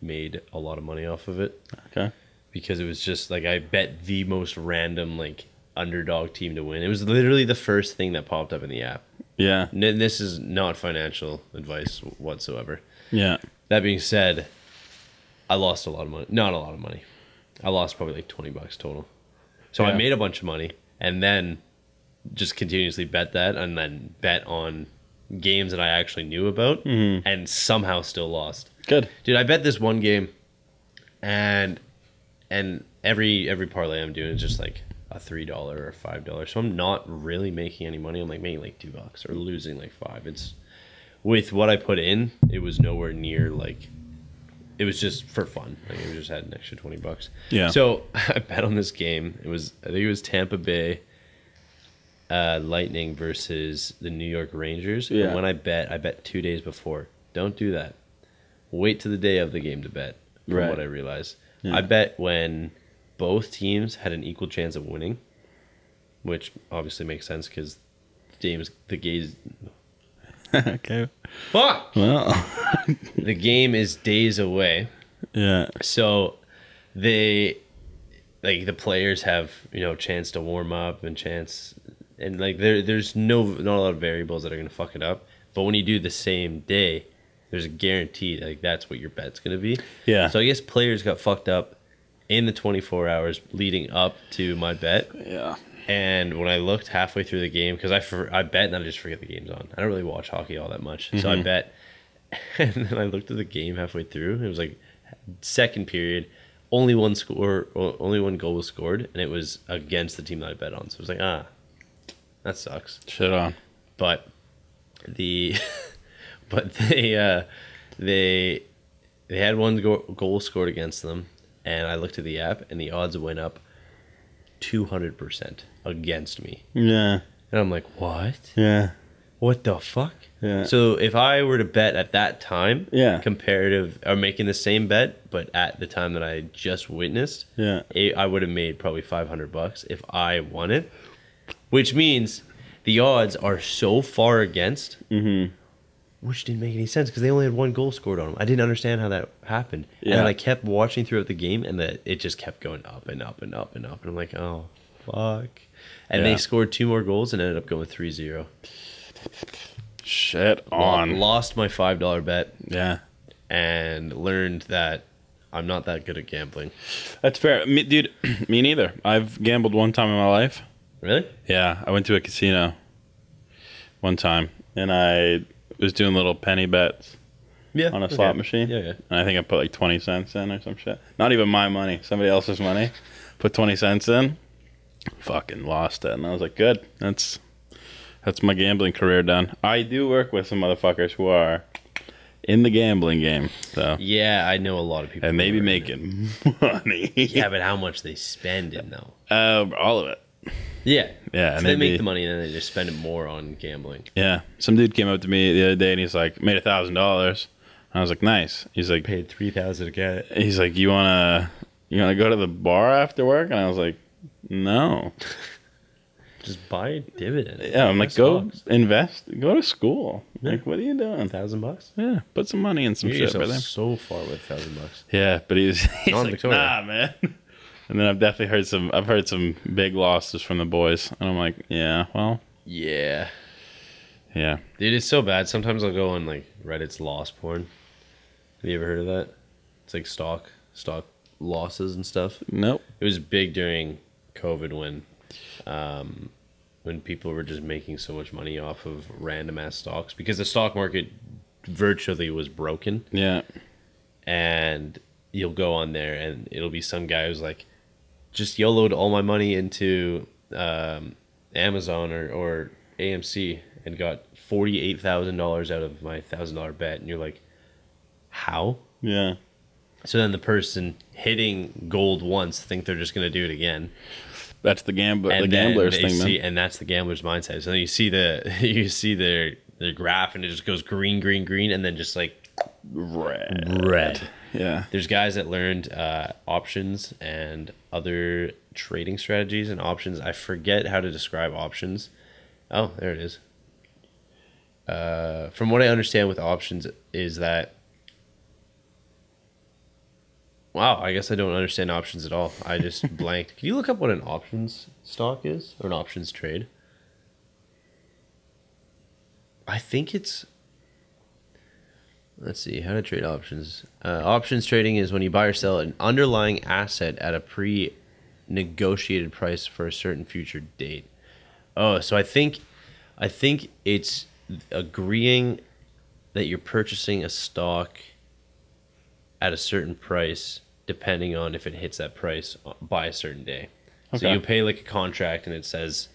made a lot of money off of it
Okay.
because it was just like I bet the most random like underdog team to win. It was literally the first thing that popped up in the app.
Yeah.
N- this is not financial advice whatsoever.
Yeah.
That being said, I lost a lot of money. Not a lot of money. I lost probably like 20 bucks total. So I
Yeah.
made a bunch of money and then just continuously bet that and then bet on games that I actually knew about and somehow still lost.
Good.
Dude, I bet this one game and and every every parlay I'm doing is just like a $3 or $5. So I'm not really making any money. I'm like making like 2 bucks or losing like 5. It's with what I put in, it was nowhere near like it was just for fun. Like I just had an extra twenty bucks.
Yeah.
So I bet on this game. It was I think it was Tampa Bay uh, Lightning versus the New York Rangers.
Yeah.
And when I bet, I bet two days before. Don't do that. Wait to the day of the game to bet. From
Right.
what I realized,
Yeah.
I bet when both teams had an equal chance of winning, which obviously makes sense because James the gays.
okay.
Fuck.
Well.
The game is days away.
Yeah.
So they like the players have, you know, chance to warm up and chance and like there there's no not a lot of variables that are gonna fuck it up. But when you do the same day, there's a guarantee like that's what your bet's gonna be.
Yeah.
So I guess players got fucked up in the twenty four hours leading up to my bet.
Yeah.
And when I looked halfway through the game, because I, for, I bet and I just forget the game's on. I don't really watch hockey all that much, so I bet. And then I looked at the game halfway through. and It was like second period, only one score, o- only one goal was scored, and it was against the team that I bet on. So it was like, ah, that sucks.
Shit on.
But the, but they, uh, they, they had one go- goal scored against them, and I looked at the app, and the odds went up, two hundred percent against me.
Yeah.
And I'm like, what?
Yeah.
What the fuck?
Yeah.
So if I were to bet at that time,
Yeah.
comparative or making the same bet, but at the time that I just witnessed,
Yeah.
it, I would have made probably 500 bucks if I won it, which means the odds are so far against,
Mm-hmm.
which didn't make any sense because they only had one goal scored on them. I didn't understand how that happened. And
Yeah.
then I kept watching throughout the game, and that it just kept going up and up and up and up. And I'm like, oh fuck. And
Yeah.
they scored two more goals and ended up going 3-0.
Shit
Lo-
on.
Lost my five dollar bet
Yeah.
and learned that I'm not that good at gambling.
That's fair. Me, dude, me neither. I've gambled one time in my life.
Really?
Yeah, I went to a casino one time and I was doing little penny bets
Yeah.
on a
okay.
slot machine.
Yeah, yeah.
And I think I put like 20 cents in or some shit. Not even my money, somebody else's money. Put 20 cents in. Fucking lost it. And I was like, good. That's that's my gambling career done. I do work with some motherfuckers who are in the gambling game, so
Yeah, I know a lot of people.
and
who
maybe
are in it.
making money.
Yeah, but how much they spend in though?
Uh, all of it.
Yeah,
Yeah,
So
and
they
maybe-
make the money and then they just spend it more on gambling.
Yeah. Some dude came up to me the other day and he's like, made a thousand dollars. I was like, nice. He's like,
Paid three thousand to get it.
he's like, you wanna, you wanna go to the bar after work? And I was like, no.
Just buy a dividend.
Yeah. I'm like,
Buy
go
stocks.
invest, go to school.
Yeah.
Like, what are you doing?
thousand bucks.
Yeah. Put some money in some
You're
shit, brother.
yourself so far with thousand bucks.
Yeah. But he's, he's
Not in
like,
Victoria.
nah, man. And then I've definitely heard some, I've heard some big losses from the boys, and I'm like, yeah, well,
Yeah,
yeah.
dude, it's so bad. Sometimes I'll go on like Reddit's loss porn. Have you ever heard of that? It's like stock stock losses and stuff.
Nope.
It was big during COVID when, um, when people were just making so much money off of random ass stocks because the stock market virtually was broken.
Yeah.
and you'll go on there and it'll be some guy who's like just YOLO'd all my money into um, Amazon or, or AMC and got $48,000 out of my $1,000 bet. And you're like, how?
Yeah.
So then the person hitting gold once think they're just going to do it again.
That's the gambler, the
then
gambler's
they
thing, man.
see- And that's the gambler's mindset. So then you see the, you see their, their graph and it just goes green, green, green. And then just like
Red.
red.
Yeah.
there's guys that learned uh, options and other trading strategies and options. I forget how to describe options. Oh, there it is. Uh, from what I understand with options is that. Wow, I guess I don't understand options at all. I just blanked. Can you look up what an options stock is or an options trade? I think it's Let's see how to trade options. Uh, options trading is when you buy or sell an underlying asset at a pre negotiated price for a certain future date. Oh, so I think I think it's agreeing that you're purchasing a stock at a certain price depending on if it hits that price by a certain day. So
Okay.
you pay like a contract and it says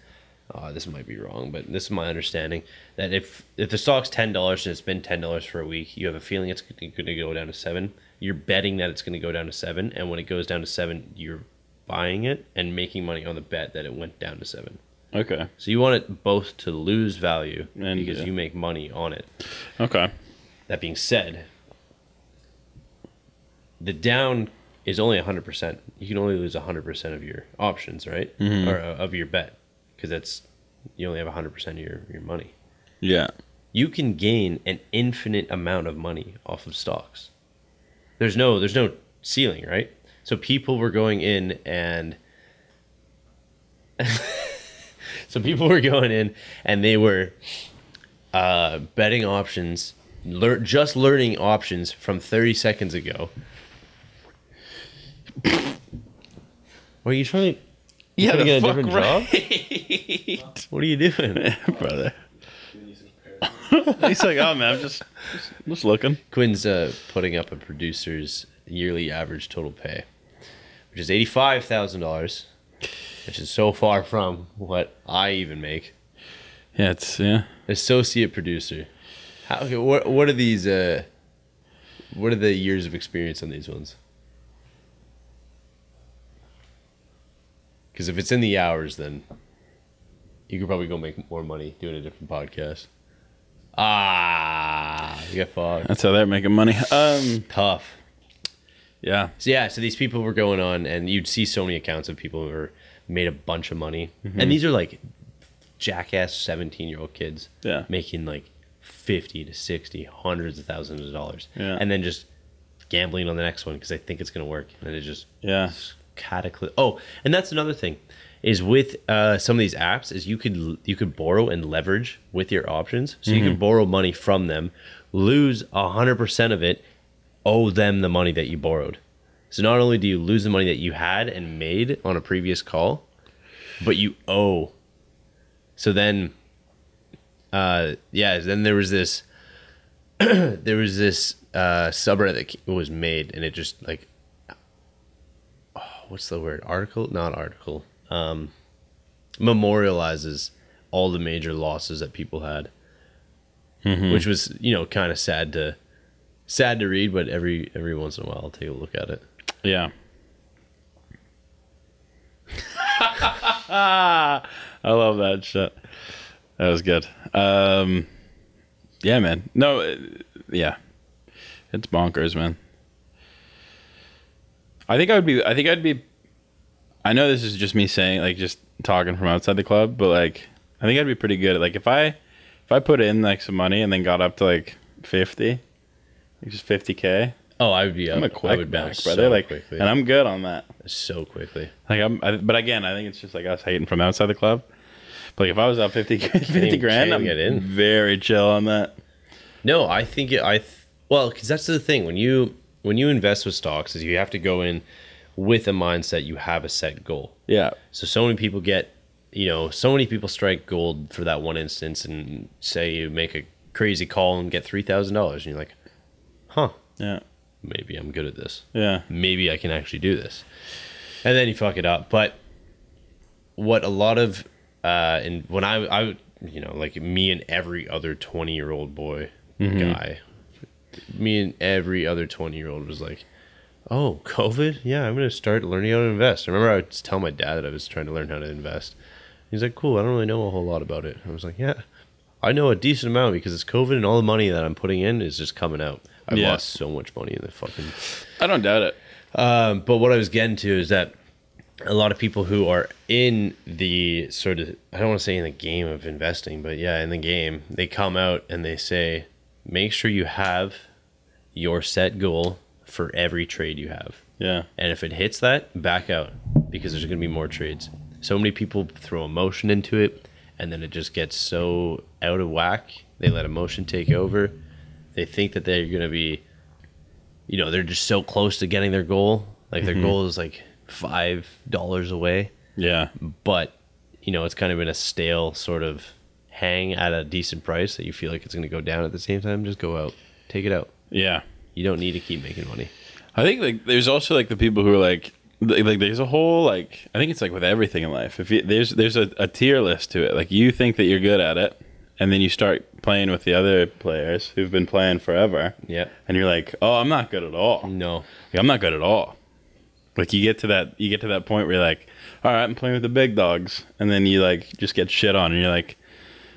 uh, this might be wrong, but this is my understanding that if if the stock's ten dollars and it's been ten dollars for a week, you have a feeling it's going to go down to seven. You're betting that it's going to go down to seven, and when it goes down to seven, you're buying it and making money on the bet that it went down to seven.
Okay.
So you want it both to lose value
And,
because
yeah.
you make money on it.
Okay.
That being said, the down is only 100%. You can only lose 100% of your options, right? Or uh, of your bet because that's you only have 100% of your, your money.
Yeah.
You can gain an infinite amount of money off of stocks. There's no there's no ceiling, right? So people were going in and so people were going in and they were uh, betting options, lear- just learning options from 30 seconds ago. What are you trying to? You trying to get a different job? What are you doing?
job, brother. He's like, oh man, I'm just, just, just looking.
Quinn's uh, putting up a producer's yearly average total pay, which is eighty-five thousand dollars, which is so far from what I even make.
Yeah, it's yeah.
Associate producer. How, okay, what what are these? Uh, what are the years of experience on these ones? Because if it's in the hours, then you could probably go make more money doing a different podcast. Ah, you got fucked.
That's how they're making money. Um,
Tough.
yeah,
So yeah, so these people were going
Mm-hmm.
on, and you'd see so many accounts of people who were made a bunch of money, and these are like jackass 17 year old kids
Yeah.
making like 50 to 60, hundreds of thousands of dollars.
Yeah.
And then just gambling on the next one because they think it's going to work. And it just
Yeah.
catacly oh and that's another thing is with uh, some of these apps is you could you could borrow and leverage with your options so you can borrow money from them lose 100% of it owe them the money that you borrowed so not only do you lose the money that you had and made on a previous call but you owe so then uh yeah then there was this there was this uh subreddit that ca- was made and it just like what's the word article not article um memorializes all the major losses that people had
Mm-hmm.
which was you know kind of sad to sad to read but every every once in a while i'll take a look at it
Yeah. I love that shit. That was good. Um, yeah, man. No, uh, yeah, it's bonkers, man. I think I would be. I think I'd be. I know this is just me saying, like, just talking from outside the club, but like, I think I'd be pretty good at like if I, if I put in like some money and then got up to like fifty, like just fifty k.
oh i would be up.
I'm a quick
i would bounce
back, brother.
so
like,
quickly
and I'm good on that.
so quickly
Like I'm, I, but again, I think it's just like us hating from outside the club. But like if I was out 50, 50
even-
grand,
can't even
I'm
get in.
very chill on that.
No, I think it, I th- well because that's the thing when you when you invest with stocks is you have to go in with a mindset you have a set goal.
Yeah,
So so many people get you know so many people strike gold for that one instance and say you make a crazy call and get three thousand dollars and you're like, huh,
yeah,
maybe I'm good at this
yeah,
maybe I can actually do this. And then you fuck it up. But what a lot of uh and when I I would- you know, like me and every other 20-year-old boy guy me and every other 20-year-old was like, "Oh, COVID? Yeah, I'm going to start learning how to invest." I remember I would tell my dad that I was trying to learn how to invest. He's like, "Cool, I don't really know a whole lot about it." I was like, "Yeah, I know a decent amount because it's COVID and all the money that I'm putting in is just coming out. I
Yeah.
lost so much money in the fucking
I don't doubt it.
um, but what I was getting to is that a lot of people who are in the sort of I don't want to say in the game of investing, but yeah, in the game, they come out and they say, make sure you have your set goal for every trade you have.
Yeah,
And if it hits that, back out because there's going to be more trades. So many people throw emotion into it and then it just gets so out of whack. They let emotion take over. They think that they're going to be, you know, they're just so close to getting their goal. Like their goal is like $5 away.
yeah,
But, you know, it's kind of in a stale sort of hang at a decent price that you feel like it's going to go down at the same time. Just go out, take it out.
yeah.
You don't need to keep making money.
I think like there's also like the people who are like like like, there's a whole like I think it's like with everything in life. If you, there's there's a, a tier list to it. Like you think that you're good at it, and then you start playing with the other players who've been playing forever,
Yeah.
and you're like, oh, I'm not good at all.
No.
Like, I'm not good at all. Like you get to that you get to that point where you're like, all right, I'm playing with the big dogs, and then you like just get shit on, and you're like,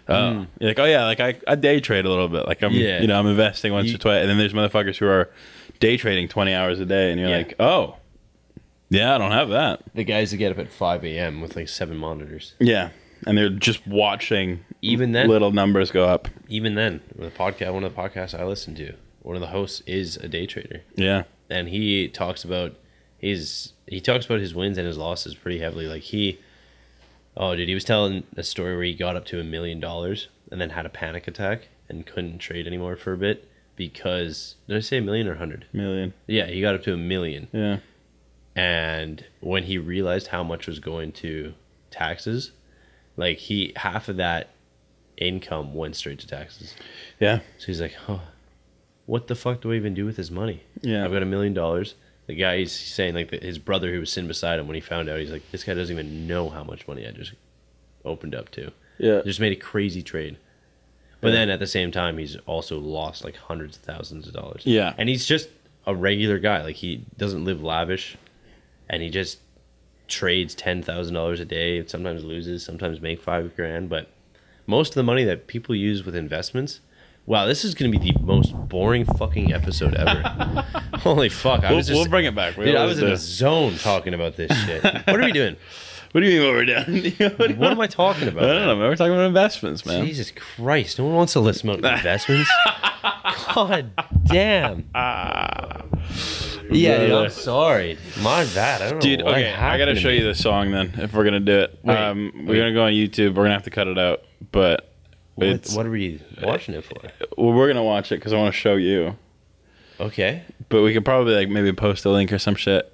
oh, you're like oh yeah, like I, I day trade a little bit, like I'm
Hmm. Yeah.
you know I'm investing once
You-
or twice, and then there's motherfuckers who are day trading 20 hours a day, and you're
Yeah.
like, oh, yeah, I don't have that.
the guys that get up at 5 a.m. with like seven monitors.
Yeah, and they're just watching
Even then,
little numbers go up.
even then, the podcast, one of the podcasts I listen to, one of the hosts is a day trader,
Yeah,
and he talks about his he talks about his wins and his losses pretty heavily. Like he, oh dude, he was telling a story where he got up to a million dollars and then had a panic attack and couldn't trade anymore for a bit because did I say a million or a hundred?
million.
Yeah, he got up to a million.
Yeah,
and when he realized how much was going to taxes like he half of that income went straight to taxes
yeah,
so he's like huh what the fuck do i even do with this money
Yeah.
i've got a million dollars the guy he's saying like that his brother who was sitting beside him when he found out he's like this guy doesn't even know how much money i just opened up to
yeah,
just made a crazy trade but
Yeah.
then at the same time he's also lost like hundreds of thousands of dollars
Yeah.
and he's just a regular guy like he doesn't live lavish and he just trades $10000 a day and sometimes loses sometimes make five grand but most of the money that people use with investments wow this is going to be the most boring fucking episode ever holy fuck I
We'll,
was just,
we'll bring it back. We
dude i
always
was in
do.
a zone talking about this shit what are we doing
What do you mean what we're down? You know, what,
What am I talking
I
about?
don't know, man. We're talking about investments, man.
Jesus Christ! No one wants to listen about investments. God damn. yeah, dude,
Brother.
I'm sorry. My bad. I don't
Dude,
know. what
okay, I gotta
happened
show
to
you
me.
the song then if we're gonna do it.
Wait,
um, we're
wait.
gonna go on YouTube. We're gonna have to cut it out, but
What,
it's-
what are we watching it for?
well, we're gonna watch it because I want to show you.
Okay.
But we could probably like maybe post a link or some shit.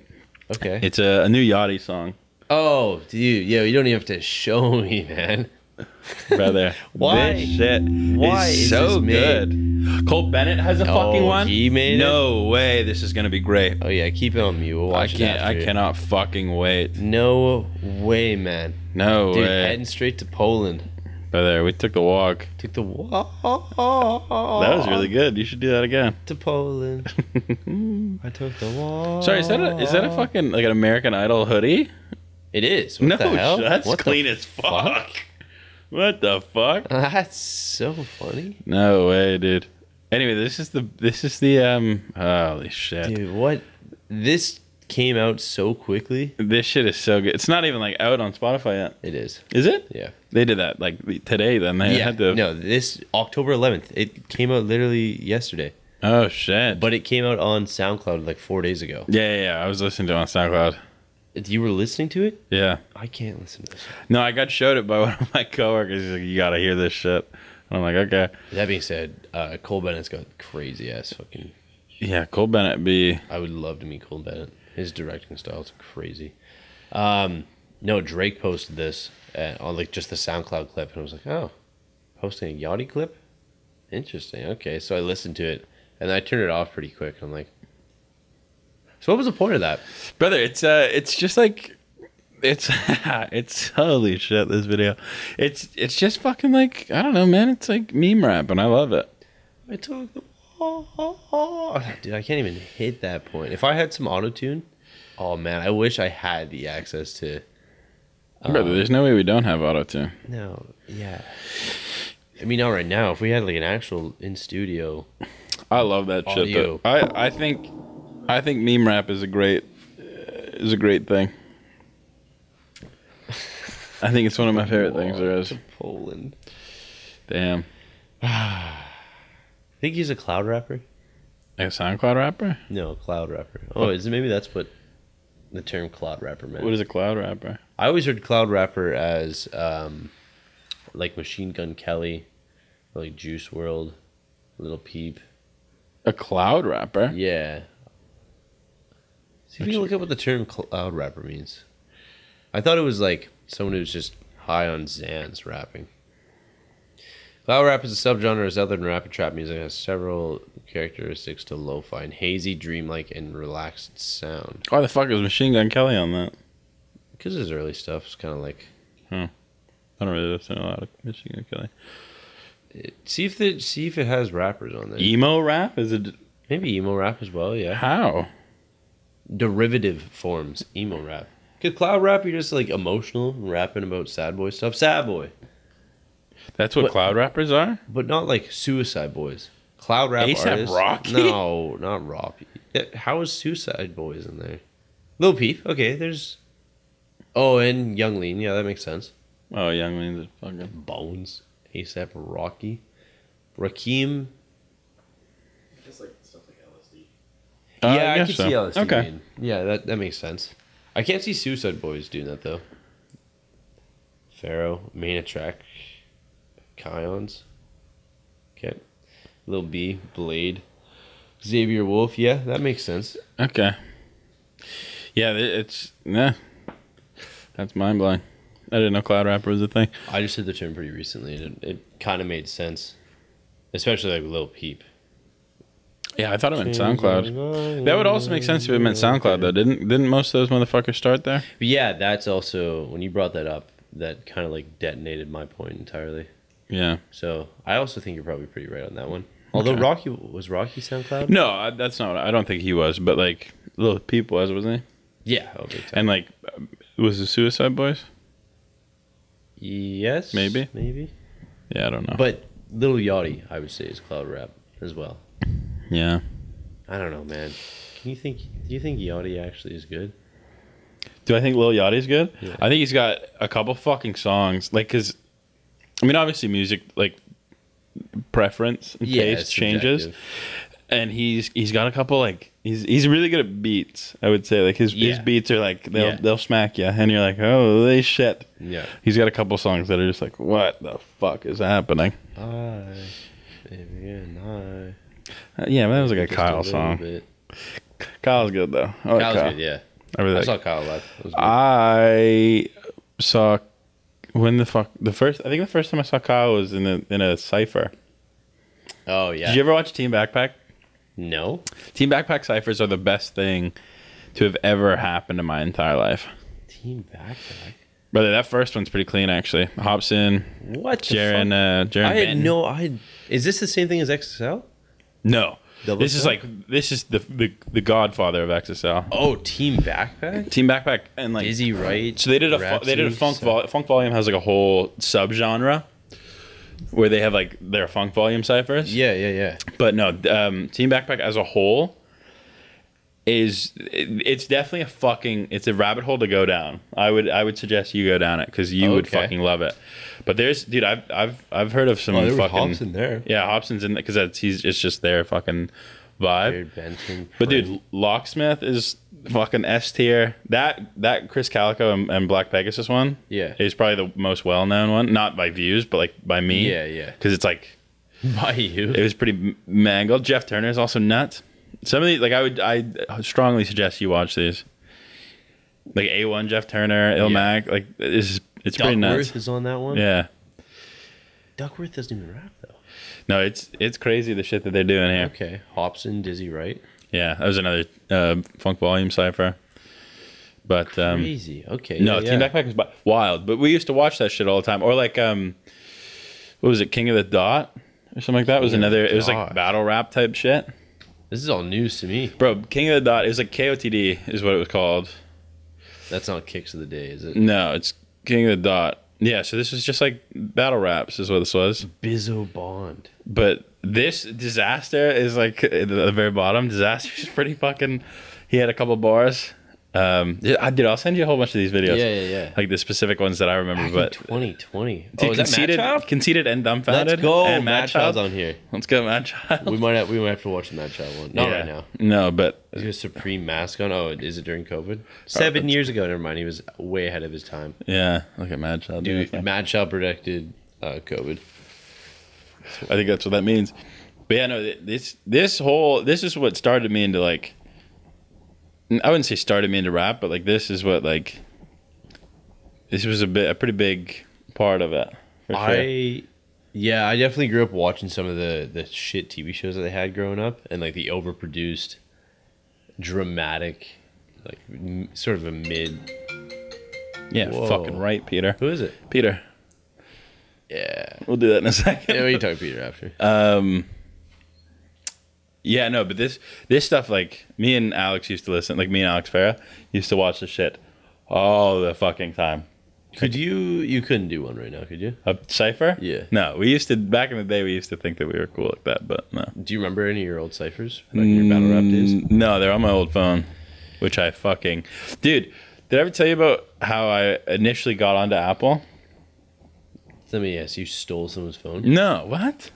Okay.
It's a, a new Yachty song,
oh, dude. Yeah, you don't even have to show me, man.
brother.
Why?
This shit
Why
is
is
so
this made?
good. Cole Bennett has a
Oh,
fucking one.
he made it?
no way. This is gonna be great.
Oh yeah, keep it on mute. We'll
I
watch
can't.
It
I
after.
cannot fucking wait.
No way, man.
No
Dude,
way,
heading straight to Poland.
brother. We took the walk.
Took the walk
That was really good. You should do that again.
to Poland. I took the walk.
Sorry, is that a, is that a fucking like an American Idol hoodie?
It is. What the hell?
that's
What the
clean as fuck. What the fuck?
That's so funny,
No way, dude. Anyway, this is the this is the um holy shit.
dude. What? This came out so quickly.
This shit is so good. It's not even like out on Spotify yet.
It is.
Is it?
Yeah.
They did that like the- today then they
yeah.
had to
No, this October 11th. It came out literally yesterday,
Oh shit.
but it came out on SoundCloud like four days ago.
yeah, yeah, yeah, I was listening to it on SoundCloud.
You were listening to it?
Yeah.
I can't listen to this.
No, I got showed it by one of my coworkers. He's like, You gotta hear this shit. And I'm like, Okay.
That being said, uh, Cole Bennett's got crazy ass fucking.
Yeah, Cole Bennett be
I would love to meet Cole Bennett. His directing style is crazy. Um, no, Drake posted this uh on like just the SoundCloud clip, and I was like, oh, posting a Yachty clip? Interesting. Okay, so I listened to it, and I turned it off pretty quick. I'm like, so what was the point of that?
brother it's uh it's just like it's it's holy shit this video it's it's just fucking like i don't know man it's like meme rap and i love it
I took the. Dude, I can't even hit that point. If I had some auto tune, oh man, I wish I had the access to.
brother there's no way we don't have auto tune
No, yeah. I mean, not right now. If we had like an actual in studio,
i love that shit though.
Audio.
i i think i think meme rap is a great uh, is a great thing i think it's one of my favorite things there is
Poland.
damn
I think he's a cloud rapper.
like a soundcloud rapper
No, cloud rapper. Oh, is it maybe that's what the term cloud rapper meant?
what is a cloud rapper
I always heard cloud rapper as um, like Machine Gun Kelly, like Juice World, Little Peep.
a cloud rapper
Yeah. See if you can look up what the term cloud rapper means. I thought it was like someone who's just high on Xans rapping. Cloud rap is a subgenre of southern rapid trap music. It has several characteristics to lo-fi and hazy, dreamlike, and relaxed sound.
why the fuck is machine gun kelly on that
Because his early stuff is kind of like
i don't really listen to a lot of machine gun kelly
it, see if the see if it has rappers on there.
Emo rap is it?
Maybe emo rap as well. Yeah,
How?
derivative forms emo rap. Cause cloud rap, you're just like emotional, rapping about sad boy stuff. Sad boy.
That's what,
What-
cloud rappers are.
but not like Suicide Boys. Cloud rap
A$AP
artists.
Rocky?
No, not Rocky. Yeah, How is Suicide Boys in there? Lil Peep. Okay, there's. Oh, and Young Lean. Yeah, that makes sense.
Oh, Young Lean's a fucking.
Bones. ASAP Rocky. Rakim.
Just like stuff like LSD.
Uh,
yeah, I,
guess
can
so.
see LSD.
Okay.
being- Yeah, that, that makes sense. I can't see Suicide Boys doing that though. Pharaoh, Manitrack, Kions. Okay. Lil B, Blade, Xavier Wolf. Yeah, that makes sense.
Okay. Yeah, th- it's nah. That's mind blowing. I didn't know cloud rapper was a thing.
I just heard the term pretty recently, and it, it kind of made sense, especially like Lil Peep.
Yeah, I thought it meant SoundCloud. That would also make sense if it meant SoundCloud though. Didn't didn't most of those motherfuckers start there?
But yeah, that's also when you brought that up. That kind of like detonated my point entirely.
Yeah.
So I also think you're probably pretty right on that one. Although
Okay.
Rocky was Rocky SoundCloud.
No, I, that's not. I don't think he was, but like little peep was, wasn't he?
Yeah. Oh, big time.
And like, was the Suicide Boys?
yes.
Maybe.
Maybe.
Yeah, I don't know.
But Little Yachty, I would say, is cloud rap as well.
yeah,
I don't know, man. Can you think? Do you think Yachty actually is good?
Do I think Lil Yachty's good? I think he's got a couple fucking songs. Like, cause I mean, obviously, music like preference and taste
it's
changes,
subjective.
and he's he's got a couple like he's he's really good at beats. I would say like his his
Yeah.
beats are like they'll
Yeah.
they'll smack you, and you're like, oh, they shit.
Yeah.
He's got a couple songs that are just like, what the fuck is happening?
Hi, baby, and hi.
Uh, yeah, that was like a
Just
Kyle
little
song.
bit.
Kyle's good though. I like
Kyle's
Kyle.
good, yeah.
I really
I
like uh,
saw Kyle live. That was good.
I saw when the fuck the first I think the first time I saw Kyle was in a in a cipher.
oh yeah.
Did you ever watch Team Backpack?
no.
Team Backpack ciphers are the best thing to have ever happened in my entire life.
Team backpack.
Brother, that first one's pretty clean actually. Hobson,
What? the
Jaron,
fuck?
uh, Jaron.
I had
Benton.
no. I had, is this the same thing as XXL?
no.
Double
this is
Tap?
like this is the the, the godfather of XSL.
Oh, Team Backpack.
Team Backpack and like
Dizzy Wright.
So they did a fu- they did
Rhapsody,
a funk
so-
vol- funk volume has like a whole subgenre where they have like their funk volume ciphers.
Yeah, yeah, yeah.
But no, um, Team Backpack as a whole is it- it's definitely a fucking it's a rabbit hole to go down. I would I would suggest you go down it because you would
Okay.
fucking love it. But there's dude I've I've I've heard of some
Oh, there was
fucking
Hobson there.
yeah Hobson's in because that's he's it's just their fucking vibe.
Jared Benton.
But dude, Locksmith is fucking S tier. That that Chris Calico and, and Black Pegasus one,
Yeah.
is probably the most well known one. Not by views, but like by me.
Yeah, yeah.
Because it's like
by you.
it was pretty m- mangled. Jeff Turner is also nuts. Some of these, like I would, I strongly suggest you watch these. Like A one Jeff Turner, Ilmac, like it's it's pretty nuts.
Duckworth is on that one.
Yeah.
Duckworth doesn't even rap though.
No, it's it's crazy the shit that they're doing here.
Okay, Hobson, Dizzy Wright.
Yeah, that was another uh, funk volume cipher. But um,
Crazy. Okay.
No,
yeah,
Team
yeah.
Backpack was bi- wild, but we used to watch that shit all the time. Or like, um, what was it, King of the Dot or something like that? was
King of
another.
the
It was like
Dot.
battle rap type shit,
This is all news to me.
bro. King of the Dot is like KOTD is what it was called.
That's not kicks of the day, is it?
No, it's King of the Dot. Yeah, so this was just like battle raps is what this was.
Bizzo Bond.
But this disaster is like at the very bottom. Disaster is pretty fucking. He had a couple bars. Um, yeah, I did. I'll send you a whole bunch of these videos.
Yeah, yeah, yeah.
Like the specific ones that I remember,
Back in
but
2020.
Dude,
oh, is that Mad
conceited,
Child?
conceited and dumbfounded.
Let's go.
And
Mad
Mad
Child's
Child.
on here.
Let's go, Mad Child.
We might have, we might have to watch the Mad Child one. Not
Yeah.
right now.
No, but
He's got a Supreme mask on. Oh, is it during COVID? Seven years ago. Never mind. He was way ahead of his time.
yeah, look at Mad Child.
Dude,
Yeah.
Mad Child predicted uh, COVID.
I think that's what that means. But yeah, no, th- this this whole this is what started me into like. I wouldn't say started me into rap, but like this is what like. This was a bit a pretty big part of it. For sure.
I, yeah, I definitely grew up watching some of the the shit TV shows that they had growing up, and like the overproduced, dramatic, like m- sort of a mid.
yeah,
Whoa.
fucking right, Peter.
Who is it?
Peter,
Yeah.
we'll do that in a
Yeah,
second.
we can talk to Peter after.
Um, yeah, no, but this this stuff like me and Alex used to listen, like me and Alex Farah used to watch this shit all the fucking time.
Could you? You couldn't do one right now, could you?
A cipher?
Yeah.
No, we used to back in the day. We used to think that we were cool like that, but no.
Do you remember any of your old ciphers? Like your battle rap days?
Mm, No, they're on my old phone, which I fucking dude. Did I ever tell you about how I initially got onto Apple?
Let me guess. You stole someone's phone.
No, what?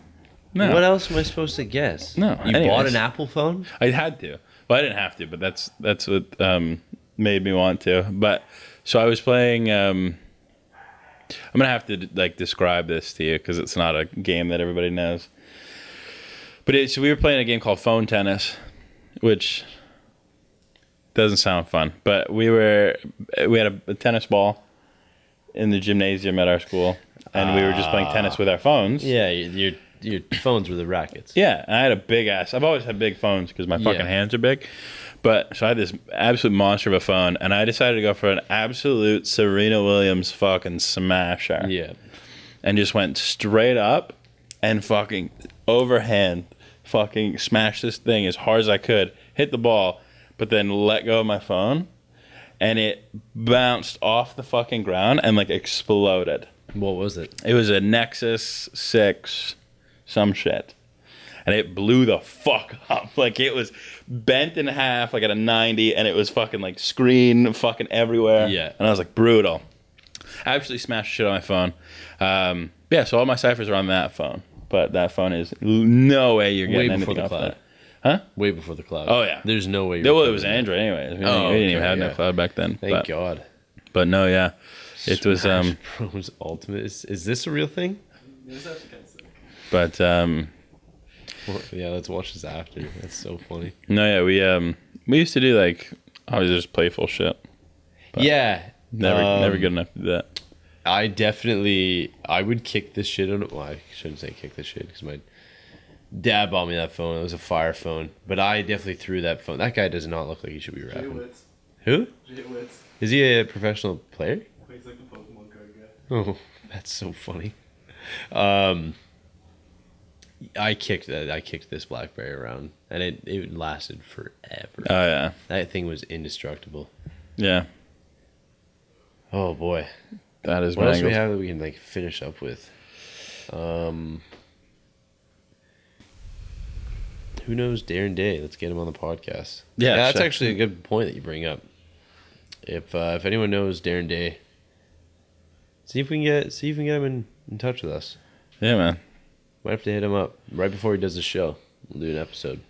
No,
What else am I supposed to guess?
No,
You bought
anyways.
an Apple phone?
I had to. Well, I didn't have to, but that's that's what um, made me want to. But so I was playing. Um, I'm gonna have to like describe this to you because it's not a game that everybody knows. But it, so we were playing a game called phone tennis, which doesn't sound fun. But we were we had a, a tennis ball in the gymnasium at our school, and we were just playing tennis with our phones.
Yeah, your your, your phones were the rackets.
Yeah, and I had a big ass. I've always had big phones because my fucking
Yeah.
hands are big. But so I had this absolute monster of a phone, and I decided to go for an absolute Serena Williams fucking smasher,
Yeah.
and just went straight up and fucking overhand, fucking smashed this thing as hard as I could, hit the ball, but then let go of my phone, and it bounced off the fucking ground and like exploded.
What was it?
It was a Nexus 6, some shit. and it blew the fuck up. Like it was bent in half, like at a 90, and it was fucking like screen fucking everywhere.
Yeah.
And I was like, brutal. I absolutely smashed shit on my phone. Um, yeah, so all my ciphers are on that phone, but that phone is no way you're
Way
getting
before
anything
the
off
cloud.
that. Huh?
Way before the cloud.
Oh, yeah.
There's no way. you're
No, well, it was
recovering.
Android anyways. We,
Oh,
didn't, we didn't even
okay,
have no
yeah.
cloud back then.
Thank
but,
God.
But no, yeah, it was. um
Smash Bros. Ultimate. Is, is this a real thing?
This actually kind of sick.
But um
Well, yeah, let's watch this after. That's so funny.
no, yeah, we um we used to do like obviously just playful shit.
yeah.
Never,
um,
never good enough to do that.
I definitely, I would kick this shit out of. Well, I shouldn't say kick this shit because my dad bought me that phone. It was a fire phone, but I definitely threw that phone. That guy does not look like he should be
Jay
rapping.
Witz.
Who
Jay Witz.
is he? A professional player?
He's like the Pokemon card guy.
Oh, that's so funny. Um, I kicked that. I kicked this BlackBerry around, and it it lasted forever.
Oh yeah,
that thing was indestructible.
yeah,
Oh boy.
that is
What else do we
mangled.
have that we can like finish up with? Um, who knows Darren Day? Let's get him on the podcast.
Yeah,
that's
sure.
actually a good point that you bring up. If uh, if anyone knows Darren Day, see if we can get see if we can get him in, in touch with us.
Yeah, man.
Might have to hit him up right before he does the show. We'll do an episode.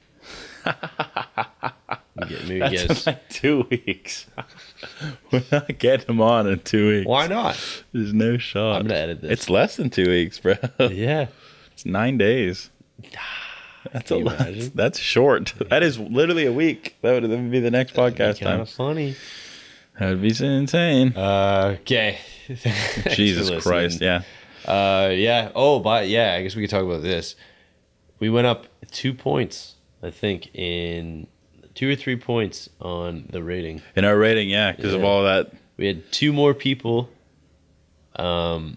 We get- maybe
That's
guess.
in, like two weeks. We're not getting him on in two weeks.
Why not?
There's no shot.
I'm gonna edit this.
It's less than two weeks, bro.
yeah.
It's nine days. That's a
Can you
lot.
imagine?
That's short. That is literally a week. That would, that would be the next
kind
podcast time.
of funny.
That would be insane.
Uh, okay.
Jesus Christ. Yeah.
Uh, yeah. Oh, but yeah, I guess we could talk about this. We went up two points, I think, in two or three points on the rating.
In our rating, yeah, because of
Yeah.
all that.
We had two more people um,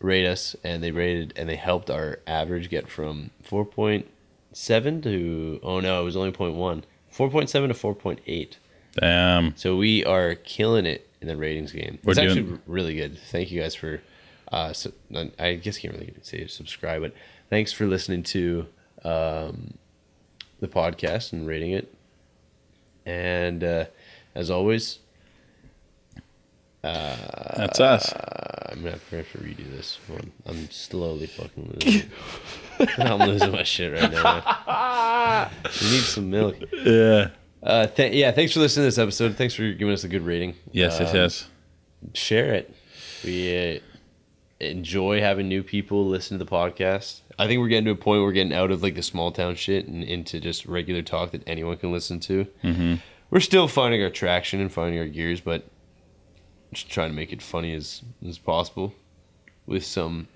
rate us, and they rated and they helped our average get from 4.7 to, oh no, it was only 0.1. 4.7 to 4.8.
Damn.
So we are killing it in the ratings game.
We're
it's
doing-
actually really good. Thank you guys for, uh, su- I guess I can't really say subscribe, but thanks for listening to um, the podcast and rating it. And uh, as always,
That's us.
uh, I'm gonna have to have to redo this one. I'm slowly fucking losing. it. I'm losing my shit right now. man. we need some milk.
Yeah.
Uh, th- yeah, thanks for listening to this episode. Thanks for giving us a good rating.
Yes, yes,
Um,
yes.
share it. We uh, enjoy having new people listen to the podcast. I think we're getting to a point where we're getting out of like the small town shit and into just regular talk that anyone can listen to. Mm-hmm. We're still finding our traction and finding our gears, but just trying to make it funny as as possible with some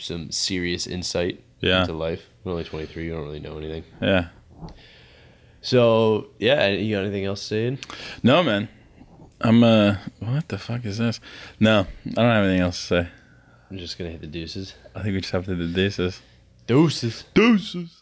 some serious insight
Yeah.
into life. We're only twenty three. We don't really know anything.
Yeah.
So yeah, you got anything else to say?
No, man. I'm, uh, what the fuck is this? No, I don't have anything else to say.
I'm just gonna hit the deuces.
I think we just have to do this.
Deuces.
Deuces.